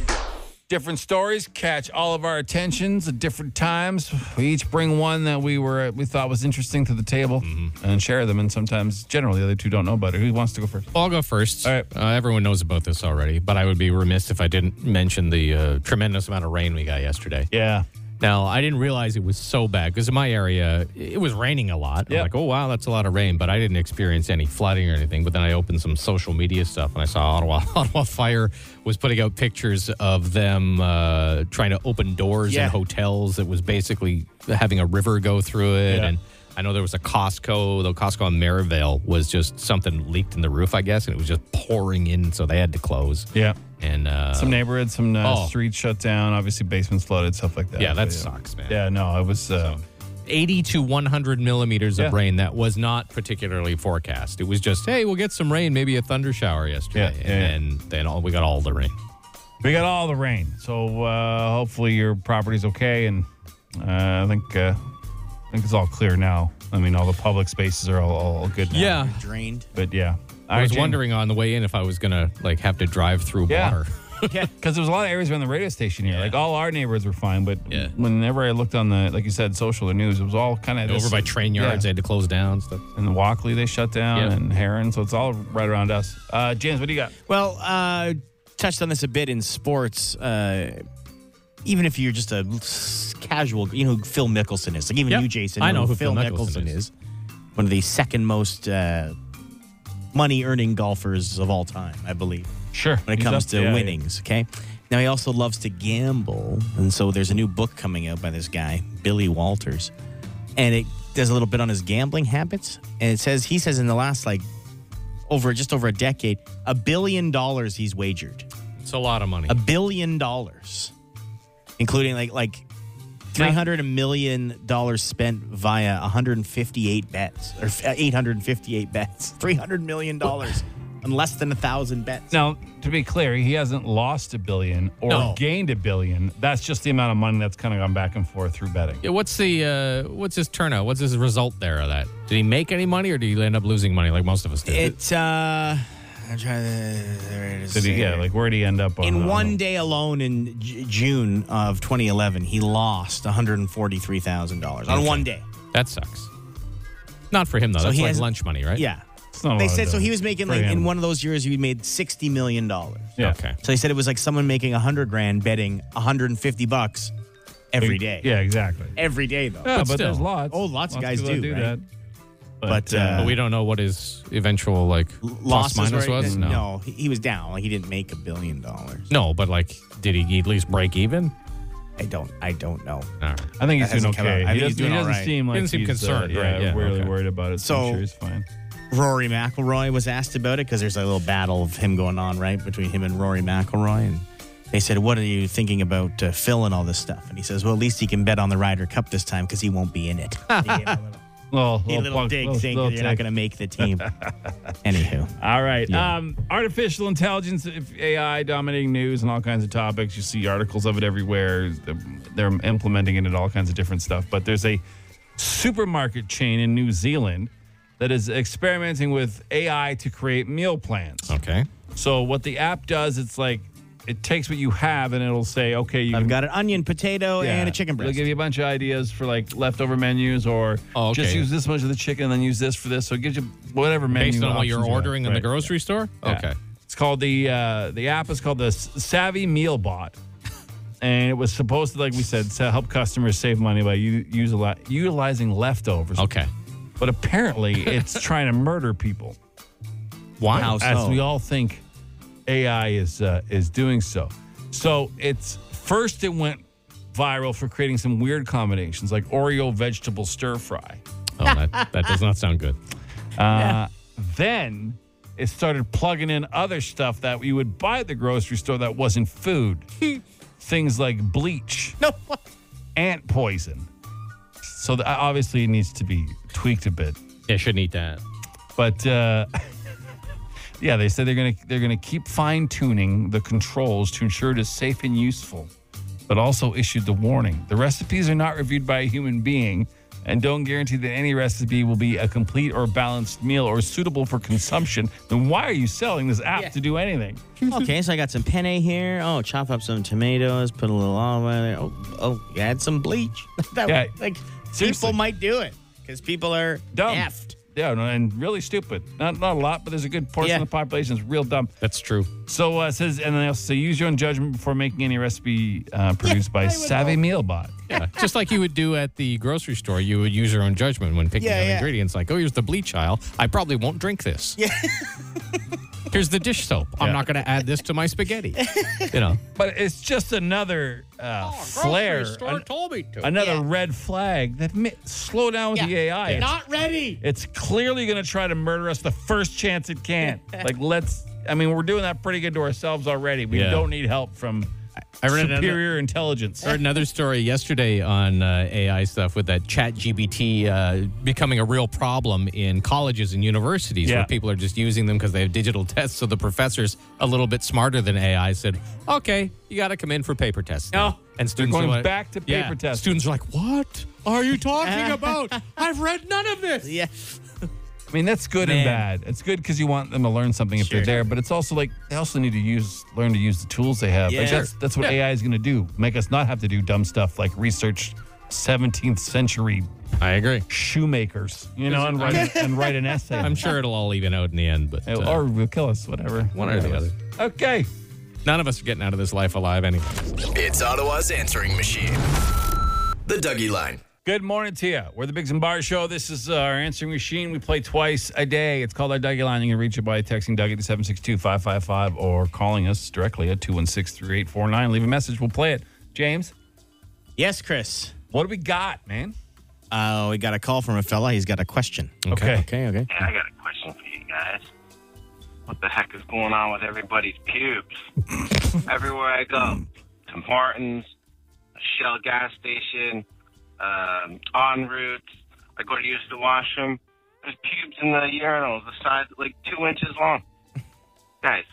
[SPEAKER 3] different stories catch all of our attentions at different times. We each bring one that we were we thought was interesting to the table
[SPEAKER 5] Mm-hmm.
[SPEAKER 3] and share them. And sometimes, generally, the other two don't know about it. Who wants to go first?
[SPEAKER 5] I'll go first.
[SPEAKER 3] All right.
[SPEAKER 5] Uh, everyone knows about this already, but I would be remiss if I didn't mention the uh, tremendous amount of rain we got yesterday.
[SPEAKER 3] Yeah,
[SPEAKER 5] Now, I didn't realize it was so bad because in my area, it was raining a lot. I'm
[SPEAKER 3] Yep.
[SPEAKER 5] like, oh, wow, that's a lot of rain, but I didn't experience any flooding or anything. But then I opened some social media stuff and I saw Ottawa, Ottawa Fire was putting out pictures of them uh, trying to open doors
[SPEAKER 4] Yeah.
[SPEAKER 5] in hotels. It was basically having a river go through it.
[SPEAKER 3] Yeah.
[SPEAKER 5] And I know there was a Costco, though Costco on Merivale was just something leaked in the roof, I guess, and it was just pouring in. So they had to close.
[SPEAKER 3] yeah.
[SPEAKER 5] And uh,
[SPEAKER 3] Some neighborhoods, some uh,
[SPEAKER 5] oh.
[SPEAKER 3] streets shut down. Obviously, basements flooded, stuff like that.
[SPEAKER 5] yeah, that
[SPEAKER 3] But,
[SPEAKER 5] sucks, man.
[SPEAKER 3] Yeah, no, it was. Uh,
[SPEAKER 5] 80 to 100 millimeters
[SPEAKER 3] Yeah.
[SPEAKER 5] of rain that was not particularly forecast. It was just, hey, we'll get some rain, maybe a thunder shower yesterday.
[SPEAKER 3] Yeah, yeah,
[SPEAKER 5] and then, then all, we got all the rain.
[SPEAKER 3] we got all the rain, so uh, hopefully your property's okay. And uh, I think uh, I think it's all clear now. I mean, all the public spaces are all, all good now.
[SPEAKER 4] Drained.
[SPEAKER 3] but yeah,
[SPEAKER 5] Um, I was wondering on the way in if I was going to like have to drive through
[SPEAKER 3] Yeah.
[SPEAKER 5] water.
[SPEAKER 3] Yeah, because there was a lot of areas around the radio station here. Like all our neighbors were fine, but
[SPEAKER 5] Yeah.
[SPEAKER 3] whenever I looked on the, like you said, social or news, it was all kind of
[SPEAKER 5] Over by train yards, they had to close down and stuff.
[SPEAKER 3] And the Walkley they shut down
[SPEAKER 5] Yeah.
[SPEAKER 3] and Heron, so it's all right around us. Uh, James, what do you got?
[SPEAKER 4] Well, uh, touched on this a bit in sports. Uh, even if you're just a s- casual, you know who Phil Mickelson is. Like even
[SPEAKER 5] Yep.
[SPEAKER 4] you, Jason,
[SPEAKER 5] I
[SPEAKER 4] you
[SPEAKER 5] know who Phil Mickelson is.
[SPEAKER 4] One of the second most uh, money earning golfers of all time, I believe,
[SPEAKER 3] Sure.
[SPEAKER 4] when it comes to winnings. Okay. Now he also loves to gamble, and so there's a new book coming out by this guy, Billy Walters, and it does a little bit on his gambling habits. And it says he says in the last like over just over a decade, a billion dollars he's wagered.
[SPEAKER 5] It's a lot of money.
[SPEAKER 4] A billion dollars, including like like three hundred million dollars spent via one hundred and fifty eight bets or eight hundred and fifty eight bets. Three hundred million dollars on less than a thousand bets.
[SPEAKER 3] Now, to be clear, he hasn't lost a billion or
[SPEAKER 5] No.
[SPEAKER 3] gained a billion. That's just the amount of money that's kind of gone back and forth through betting.
[SPEAKER 5] yeah, what's the uh, what's his turnout? What's his result there of that? Did he make any money or did he end up losing money like most of us did?
[SPEAKER 4] It uh, I'm trying to. There it is.
[SPEAKER 3] Did he, yeah, like where would he end up on
[SPEAKER 4] in
[SPEAKER 3] the-
[SPEAKER 4] one day alone in J- June of 2011, he lost $143,000 on
[SPEAKER 5] Okay.
[SPEAKER 4] one day.
[SPEAKER 5] That sucks. Not for him though.
[SPEAKER 4] So
[SPEAKER 5] That's
[SPEAKER 4] he
[SPEAKER 5] like
[SPEAKER 4] has-
[SPEAKER 5] lunch money, right?
[SPEAKER 4] Yeah.
[SPEAKER 3] not a
[SPEAKER 4] They
[SPEAKER 3] lot
[SPEAKER 4] said
[SPEAKER 3] of
[SPEAKER 4] so he
[SPEAKER 3] dough
[SPEAKER 4] was making
[SPEAKER 3] for
[SPEAKER 4] like
[SPEAKER 3] him.
[SPEAKER 4] in one of those years he made sixty million dollars.
[SPEAKER 3] Yeah.
[SPEAKER 5] Okay.
[SPEAKER 4] So he said it was like someone making a hundred grand betting hundred and fifty bucks every day.
[SPEAKER 3] Yeah, exactly.
[SPEAKER 4] Every day though.
[SPEAKER 3] Yeah, but,
[SPEAKER 5] still.
[SPEAKER 3] there's lots.
[SPEAKER 4] Oh, lots of guys
[SPEAKER 3] people that
[SPEAKER 4] do, right?
[SPEAKER 3] that.
[SPEAKER 4] But,
[SPEAKER 3] But, uh,
[SPEAKER 5] But we don't know what his eventual like plus
[SPEAKER 4] Losses
[SPEAKER 5] minus
[SPEAKER 4] were- Mm,
[SPEAKER 5] was.
[SPEAKER 4] No, he, he was down. Like he didn't make a billion dollars.
[SPEAKER 5] No, but like, did he at least break even?
[SPEAKER 4] I don't. I don't know.
[SPEAKER 5] All right.
[SPEAKER 3] I think he's
[SPEAKER 4] That
[SPEAKER 3] doing
[SPEAKER 4] hasn't come out.
[SPEAKER 3] okay.
[SPEAKER 4] I
[SPEAKER 3] he
[SPEAKER 4] think
[SPEAKER 3] doesn't,
[SPEAKER 4] he's doing
[SPEAKER 3] he
[SPEAKER 4] all
[SPEAKER 3] doesn't
[SPEAKER 4] right.
[SPEAKER 3] seem like
[SPEAKER 5] Didn't seem
[SPEAKER 3] he's, uh,
[SPEAKER 5] concerned,
[SPEAKER 3] yeah,
[SPEAKER 5] right? Yeah,
[SPEAKER 3] really
[SPEAKER 5] okay.
[SPEAKER 3] worried about it. So, I'm
[SPEAKER 4] So-
[SPEAKER 3] sure he's fine.
[SPEAKER 4] Rory McIlroy was asked about it because there's a little battle of him going on right between him and Rory McIlroy, and they said, "What are you thinking about uh, Phil and all this stuff?" And he says, "Well, at least he can bet on the Ryder Cup this time because he won't be in it." He gave a little,
[SPEAKER 3] Well,
[SPEAKER 4] he little dig, saying you're not going to make the team. Anywho,
[SPEAKER 3] All right. Um, artificial intelligence, if AI dominating news and all kinds of topics. You see articles of it everywhere. They're implementing it in all kinds of different stuff. But there's a supermarket chain in New Zealand that is experimenting with AI to create meal plans.
[SPEAKER 4] Oh.
[SPEAKER 5] Okay.
[SPEAKER 3] So what the app does, it's like it takes what you have and it'll say, okay, you
[SPEAKER 4] I've
[SPEAKER 3] can-
[SPEAKER 4] got an onion, potato,
[SPEAKER 3] Yeah.
[SPEAKER 4] and a chicken breast.
[SPEAKER 3] It'll give you a bunch of ideas for like leftover menus or
[SPEAKER 5] Oh, okay.
[SPEAKER 3] just use this much of the chicken and then use this for this. So it gives you whatever menu.
[SPEAKER 5] Based on what you're
[SPEAKER 3] options you have,
[SPEAKER 5] ordering in the
[SPEAKER 3] right?
[SPEAKER 5] grocery store?
[SPEAKER 3] Yeah.
[SPEAKER 5] Okay.
[SPEAKER 3] It's called the uh, the app is called the S- Savvy Meal Bot, and it was supposed to, like we said, to help customers save money by u- use a lot, utilizing leftovers.
[SPEAKER 5] Okay.
[SPEAKER 3] But apparently, it's trying to murder people,
[SPEAKER 5] Why?
[SPEAKER 4] How
[SPEAKER 3] as
[SPEAKER 4] so?
[SPEAKER 3] we all think AI is uh, is doing so. So it's first it went viral for creating some weird combinations like Oreo vegetable stir fry.
[SPEAKER 5] Oh, that, that does not sound good.
[SPEAKER 3] Uh, Then it started plugging in other stuff that you would buy at the grocery store that wasn't food. Things like bleach,
[SPEAKER 4] no,
[SPEAKER 3] ant poison. So the, obviously it needs to be tweaked a bit.
[SPEAKER 5] Yeah, shouldn't eat that.
[SPEAKER 3] But uh, yeah, they said they're gonna they're gonna keep fine tuning the controls to ensure it is safe and useful, but also issued the warning: the recipes are not reviewed by a human being, and don't guarantee that any recipe will be a complete or balanced meal or suitable for consumption. Then why are you selling this app to do anything?
[SPEAKER 4] okay, so I got some penne here. Oh, chop up some tomatoes, put a little olive oil there. Oh, oh add some bleach. that,
[SPEAKER 3] Yeah.
[SPEAKER 4] like
[SPEAKER 3] Seriously.
[SPEAKER 4] people might do it because people are
[SPEAKER 3] Dumb.
[SPEAKER 4] effed.
[SPEAKER 3] Yeah, no, and really stupid. Not not a lot, but there's a good portion of
[SPEAKER 4] Yeah.
[SPEAKER 3] the population that's real dumb.
[SPEAKER 5] That's true.
[SPEAKER 3] So uh, it says, and then also use your own judgment before making any recipe uh, produced by Savvy Meal Bot.
[SPEAKER 5] Yeah. Just like you would do at the grocery store, you would use your own judgment when picking
[SPEAKER 4] Yeah,
[SPEAKER 5] out
[SPEAKER 4] yeah.
[SPEAKER 5] ingredients. Like, oh, here's the bleach aisle. I probably won't drink this. Yeah. here's the dish soap. I'm
[SPEAKER 3] Yeah.
[SPEAKER 5] not going to add this to my spaghetti. you know.
[SPEAKER 3] But it's just another uh,
[SPEAKER 5] Oh,
[SPEAKER 3] flare, an-
[SPEAKER 5] told me to.
[SPEAKER 3] another red flag that mi- slow down with the AI. It's-
[SPEAKER 4] Not ready.
[SPEAKER 3] It's clearly going to try to murder us the first chance it can. like let's. I mean, we're doing that pretty good to ourselves already. We
[SPEAKER 5] Yeah.
[SPEAKER 3] don't need help from
[SPEAKER 5] I read another-
[SPEAKER 3] superior intelligence.
[SPEAKER 5] heard another story yesterday on uh, AI stuff with that chat GBT uh, becoming a real problem in colleges and universities
[SPEAKER 3] Yeah.
[SPEAKER 5] where people are just using them because they have digital tests. So the professors, a little bit smarter than AI, said, okay, you got to come in for paper tests. now."
[SPEAKER 3] No.
[SPEAKER 5] And students
[SPEAKER 3] going
[SPEAKER 5] are like,
[SPEAKER 3] back to
[SPEAKER 5] Yeah.
[SPEAKER 3] paper testing.
[SPEAKER 5] Students are like, what are you talking about? I've read none of this.
[SPEAKER 4] Yeah.
[SPEAKER 3] I mean, that's good and bad. It's good because you want them to learn something if they're there, but it's also like they also need to use learn to use the tools they have. Like,
[SPEAKER 4] Yeah.
[SPEAKER 3] that's that's what
[SPEAKER 5] Yeah.
[SPEAKER 3] AI is going to do. Make us not have to do dumb stuff like research 17th century
[SPEAKER 5] I agree.
[SPEAKER 3] shoemakers, you know, and write, and write an essay.
[SPEAKER 5] I'm sure it'll all even out in the end, but
[SPEAKER 3] It-
[SPEAKER 5] uh,
[SPEAKER 3] or will kill us, whatever.
[SPEAKER 5] one or the other.
[SPEAKER 3] Okay.
[SPEAKER 5] None of us are getting out of this life alive anyway.
[SPEAKER 1] It's Ottawa's answering machine. The Dougie Line.
[SPEAKER 3] Good morning to you. We're the Biggs and Bar Show. This is uh, our answering machine. We play twice a day. It's called our Dougie Line. You can reach it by texting Dougie to 762 555 or calling us directly at 216 3849. Leave a message. We'll play it. James,
[SPEAKER 4] Yes, Chris.
[SPEAKER 3] what do we got, man?
[SPEAKER 4] Uh, we got a call from a fella. He's got a question.
[SPEAKER 3] Okay.
[SPEAKER 4] Okay. Okay.
[SPEAKER 12] Hey, I got a question for you guys. What the heck is going on with everybody's pubes? Everywhere I
[SPEAKER 13] Mm.
[SPEAKER 12] go, um, Tim Hortons, Shell gas station, um, en route, I go to use the washroom. There's pubes in the urinals, the size like two inches long. Guys,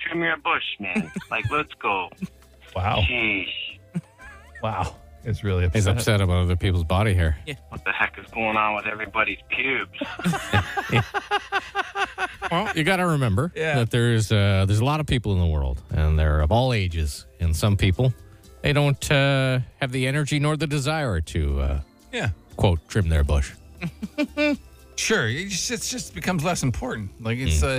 [SPEAKER 12] trim your bush, man. Like, let's go.
[SPEAKER 3] Wow.
[SPEAKER 12] Jeez,
[SPEAKER 3] Wow. It's really
[SPEAKER 5] He's
[SPEAKER 3] upset.
[SPEAKER 5] upset about other people's body hair.
[SPEAKER 12] what the heck is going on with everybody's pubes?
[SPEAKER 5] well, you got to remember that there's uh, there's a lot of people in the world, and they're of all ages. And some people, they don't uh, have the energy nor the desire to, uh,
[SPEAKER 3] Yeah.
[SPEAKER 5] quote, trim their bush.
[SPEAKER 3] Sure. It just, it just becomes less important. Like it's,
[SPEAKER 5] Hmm.
[SPEAKER 3] uh,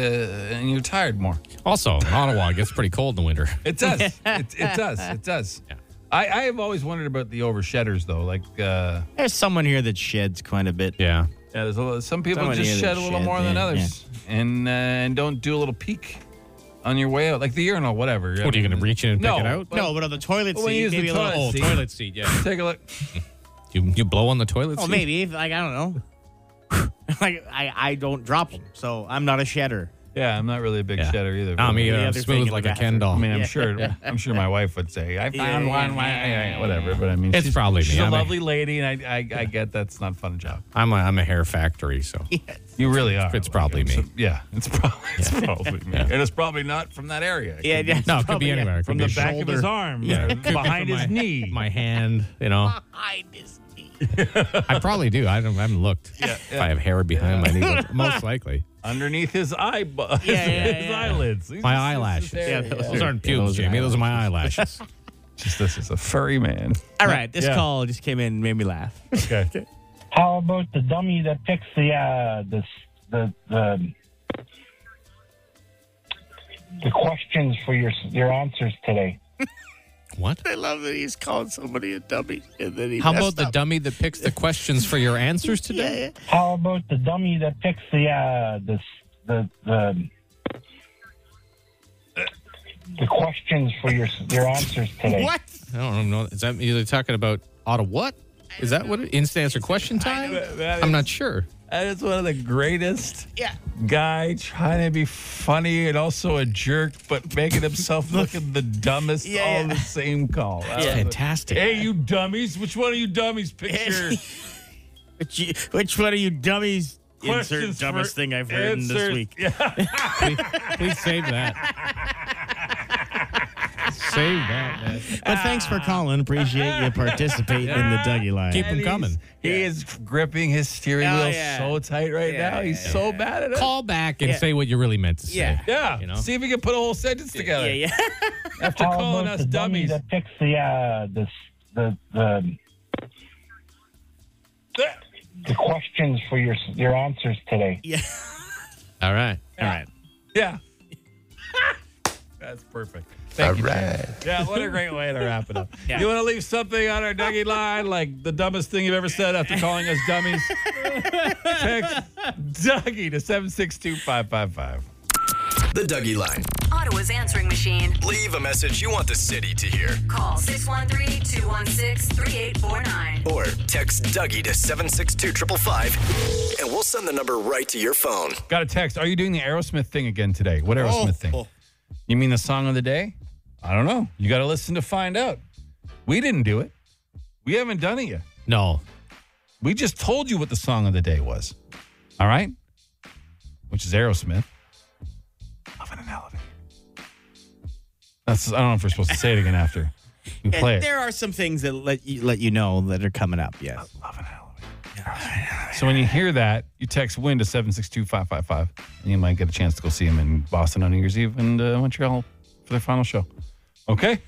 [SPEAKER 3] and you're tired more.
[SPEAKER 5] Also, in Ottawa, it gets pretty cold in the winter.
[SPEAKER 3] It does. it, it does. It does. I, I have always wondered about the overshedders, though. Like, uh,
[SPEAKER 4] There's someone here that sheds quite a bit.
[SPEAKER 5] Yeah.
[SPEAKER 3] yeah, there's a little, some people
[SPEAKER 4] Someone
[SPEAKER 3] just
[SPEAKER 4] here that
[SPEAKER 3] shed a little
[SPEAKER 4] shed,
[SPEAKER 3] more than
[SPEAKER 4] yeah,
[SPEAKER 3] others, and uh, and don't do a little peek on your way out, like the urinal, whatever.
[SPEAKER 5] What are you going to reach in and pick
[SPEAKER 3] Mm. no,
[SPEAKER 5] it out?
[SPEAKER 4] No, but on the toilet
[SPEAKER 3] Well, when you use
[SPEAKER 4] seat,
[SPEAKER 3] the
[SPEAKER 4] maybe a little.
[SPEAKER 3] toilet
[SPEAKER 5] Oh,
[SPEAKER 3] seat.
[SPEAKER 5] toilet seat. Yeah.
[SPEAKER 3] Take a look.
[SPEAKER 5] You, you blow on the toilet
[SPEAKER 4] Oh,
[SPEAKER 5] seat.
[SPEAKER 4] maybe. if- Like I don't know. like I, I don't drop them, so I'm not a shedder.
[SPEAKER 3] Yeah, I'm not really a big
[SPEAKER 5] Yeah.
[SPEAKER 3] shedder either.
[SPEAKER 5] Nah,
[SPEAKER 3] but-
[SPEAKER 5] me,
[SPEAKER 4] The
[SPEAKER 5] uh,
[SPEAKER 4] other thing in
[SPEAKER 5] smooth
[SPEAKER 4] the
[SPEAKER 5] like a
[SPEAKER 4] bathroom.
[SPEAKER 5] Ken doll.
[SPEAKER 3] I mean, I'm
[SPEAKER 4] Yeah.
[SPEAKER 3] sure. I'm sure my wife would say, "I found
[SPEAKER 4] Yeah, yeah,
[SPEAKER 3] one, why-
[SPEAKER 4] yeah.
[SPEAKER 3] whatever." But I mean,
[SPEAKER 5] It's
[SPEAKER 3] she's-
[SPEAKER 5] probably me.
[SPEAKER 3] She's a
[SPEAKER 5] I'm a-
[SPEAKER 3] lovely lady, and I, I, I get that's not a fun job.
[SPEAKER 5] I'm a, I'm a hair factory, so
[SPEAKER 3] You really are.
[SPEAKER 5] it's probably me.
[SPEAKER 3] So- yeah, it's probably it's probably me, and it's probably not from that area. It
[SPEAKER 4] Yeah,
[SPEAKER 3] could be
[SPEAKER 4] yeah.
[SPEAKER 5] No, it could
[SPEAKER 4] probably,
[SPEAKER 5] be
[SPEAKER 4] yeah.
[SPEAKER 5] anywhere. It could
[SPEAKER 3] from
[SPEAKER 5] be
[SPEAKER 3] the
[SPEAKER 5] a
[SPEAKER 3] back of his
[SPEAKER 5] shoulder,
[SPEAKER 3] arm, or behind his knee.
[SPEAKER 5] my hand. You know,
[SPEAKER 4] Hide this knee.
[SPEAKER 5] I probably do. I don't. I haven't looked. If I have hair behind my knee, but most likely.
[SPEAKER 3] underneath his eye, bu- his,
[SPEAKER 4] yeah, yeah,
[SPEAKER 3] his
[SPEAKER 4] yeah.
[SPEAKER 3] eyelids. He's
[SPEAKER 5] My
[SPEAKER 3] just- it's
[SPEAKER 5] eyelashes.
[SPEAKER 3] just hair.
[SPEAKER 4] Yeah, those
[SPEAKER 5] Those aren't pubes,
[SPEAKER 4] those are
[SPEAKER 5] Jamie. Those are my eyelashes.
[SPEAKER 3] Just this is a furry man.
[SPEAKER 4] All right, this
[SPEAKER 3] Yeah.
[SPEAKER 4] call just came in and made me laugh.
[SPEAKER 3] Okay.
[SPEAKER 13] How about the dummy that picks the uh, the the the the questions for your your answers today?
[SPEAKER 5] what?
[SPEAKER 4] I love that he's calling somebody a dummy, and then he
[SPEAKER 5] How about the dummy that picks the questions for your answers today?
[SPEAKER 13] How about the dummy that picks the uh, the the the the questions for your your answers today?
[SPEAKER 5] What? I don't know. Is that either talking about auto what? Is that what it, instant answer question time?
[SPEAKER 3] that
[SPEAKER 5] I'm
[SPEAKER 3] is-
[SPEAKER 5] not sure.
[SPEAKER 3] That is one of the greatest
[SPEAKER 4] Yeah.
[SPEAKER 3] guy trying to be funny and also a jerk, but making himself look the dumbest
[SPEAKER 4] Yeah,
[SPEAKER 3] all
[SPEAKER 4] yeah.
[SPEAKER 3] the same call.
[SPEAKER 4] Yeah.
[SPEAKER 5] Fantastic.
[SPEAKER 3] Hey, you dummies! Which one of you dummies picked your
[SPEAKER 4] Which, you- which one of you dummies?
[SPEAKER 3] Questions
[SPEAKER 4] Insert dumbest
[SPEAKER 3] for
[SPEAKER 4] thing I've heard in this
[SPEAKER 3] answers.
[SPEAKER 4] week.
[SPEAKER 5] please, please save that. save that. man.
[SPEAKER 4] But thanks for calling. Appreciate you participating in the Dougie line.
[SPEAKER 5] Keep 'em coming.
[SPEAKER 3] He is gripping his steering
[SPEAKER 4] Oh,
[SPEAKER 3] wheel
[SPEAKER 4] yeah.
[SPEAKER 3] so tight right
[SPEAKER 4] Yeah,
[SPEAKER 3] now.
[SPEAKER 4] yeah,
[SPEAKER 3] He's so bad at it.
[SPEAKER 5] Call back and
[SPEAKER 4] Yeah.
[SPEAKER 5] say what you really meant to say.
[SPEAKER 4] Yeah.
[SPEAKER 3] yeah.
[SPEAKER 5] You know?
[SPEAKER 3] See if he can put a whole sentence together
[SPEAKER 4] Yeah, yeah.
[SPEAKER 3] after
[SPEAKER 13] How
[SPEAKER 3] calling
[SPEAKER 13] about
[SPEAKER 3] us
[SPEAKER 13] the dummy
[SPEAKER 3] dummies.
[SPEAKER 13] that picks the uh, the the the the questions for your your answers today?
[SPEAKER 5] All right.
[SPEAKER 4] All right.
[SPEAKER 3] Yeah. That's perfect. Thank you, Chad. Yeah, what a great way to wrap it up.
[SPEAKER 4] Yeah.
[SPEAKER 3] You want to leave something on our Dougie line, like the dumbest thing you've ever said after calling us dummies? Text Dougie to 762-555.
[SPEAKER 1] The Dougie Line.
[SPEAKER 8] Ottawa's answering machine.
[SPEAKER 1] Leave a message you want the city to hear.
[SPEAKER 8] Call 613 216 3849.
[SPEAKER 1] Or text Dougie to 762 555 and we'll send the number right to your phone.
[SPEAKER 3] Got a text. Are you doing the Aerosmith thing again today? What
[SPEAKER 4] Oh.
[SPEAKER 5] Oh,
[SPEAKER 3] Aerosmith thing? You mean the song of the day? I don't know. You got to listen to find out. We didn't do it. We haven't done it yet.
[SPEAKER 5] No.
[SPEAKER 3] We just told you what the song of the day was. All right? Which is Aerosmith. Loving an elevator. That's I don't know if we're supposed to say it again after we
[SPEAKER 4] And
[SPEAKER 3] play it.
[SPEAKER 4] there are some things that let you let you know that are coming up. Yes.
[SPEAKER 3] Loving an elevator. So when you hear that, you text WIN to 762-555 and you might get a chance to go see him in Boston on New Year's Eve and uh, Montreal for their final show. Okay?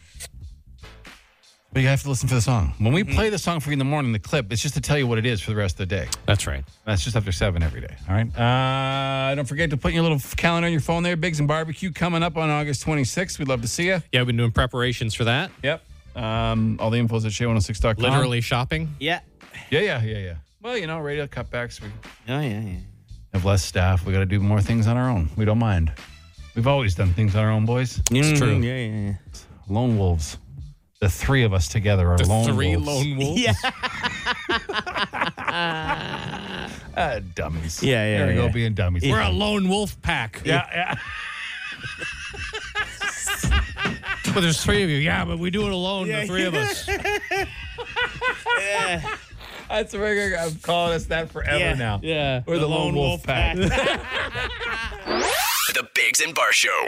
[SPEAKER 3] But you have to listen for the song. When
[SPEAKER 4] Mm-hmm.
[SPEAKER 3] we play the song for you in the morning, the clip, it's just to tell you what it is for the rest of the day.
[SPEAKER 5] That's right.
[SPEAKER 3] That's just after seven every day. All right. Uh, don't forget to put your little calendar on your phone there. Bigs and Barbecue coming up on August 26th. We'd love to see you.
[SPEAKER 5] Yeah, we've been doing preparations for that.
[SPEAKER 3] Yep. Um, all the info's at shay106.com.
[SPEAKER 5] Literally shopping.
[SPEAKER 4] Yeah.
[SPEAKER 3] Yeah, yeah, yeah, yeah. Well, you know, radio cutbacks. We
[SPEAKER 4] Oh yeah. yeah.
[SPEAKER 3] have less staff. We got to do more things on our own. We don't mind. We've always done things on our own, boys.
[SPEAKER 4] It's
[SPEAKER 5] true.
[SPEAKER 4] Mm, Yeah, yeah,
[SPEAKER 3] Lone wolves. The three of us together are
[SPEAKER 5] The
[SPEAKER 3] lone
[SPEAKER 5] three
[SPEAKER 3] wolves.
[SPEAKER 5] lone wolves.
[SPEAKER 4] yeah.
[SPEAKER 3] Ah, dummies.
[SPEAKER 4] Yeah, yeah,
[SPEAKER 3] There we
[SPEAKER 4] yeah.
[SPEAKER 3] go, being dummies.
[SPEAKER 5] We're a lone wolf pack.
[SPEAKER 3] Yeah, yeah.
[SPEAKER 5] But there's three of you. Yeah, but we do it alone, the three of us.
[SPEAKER 3] That's where I'm calling us that forever
[SPEAKER 4] Yeah.
[SPEAKER 3] now.
[SPEAKER 5] Yeah.
[SPEAKER 3] We're the, lone, wolf, pack.
[SPEAKER 1] The Bigs and Bar Show.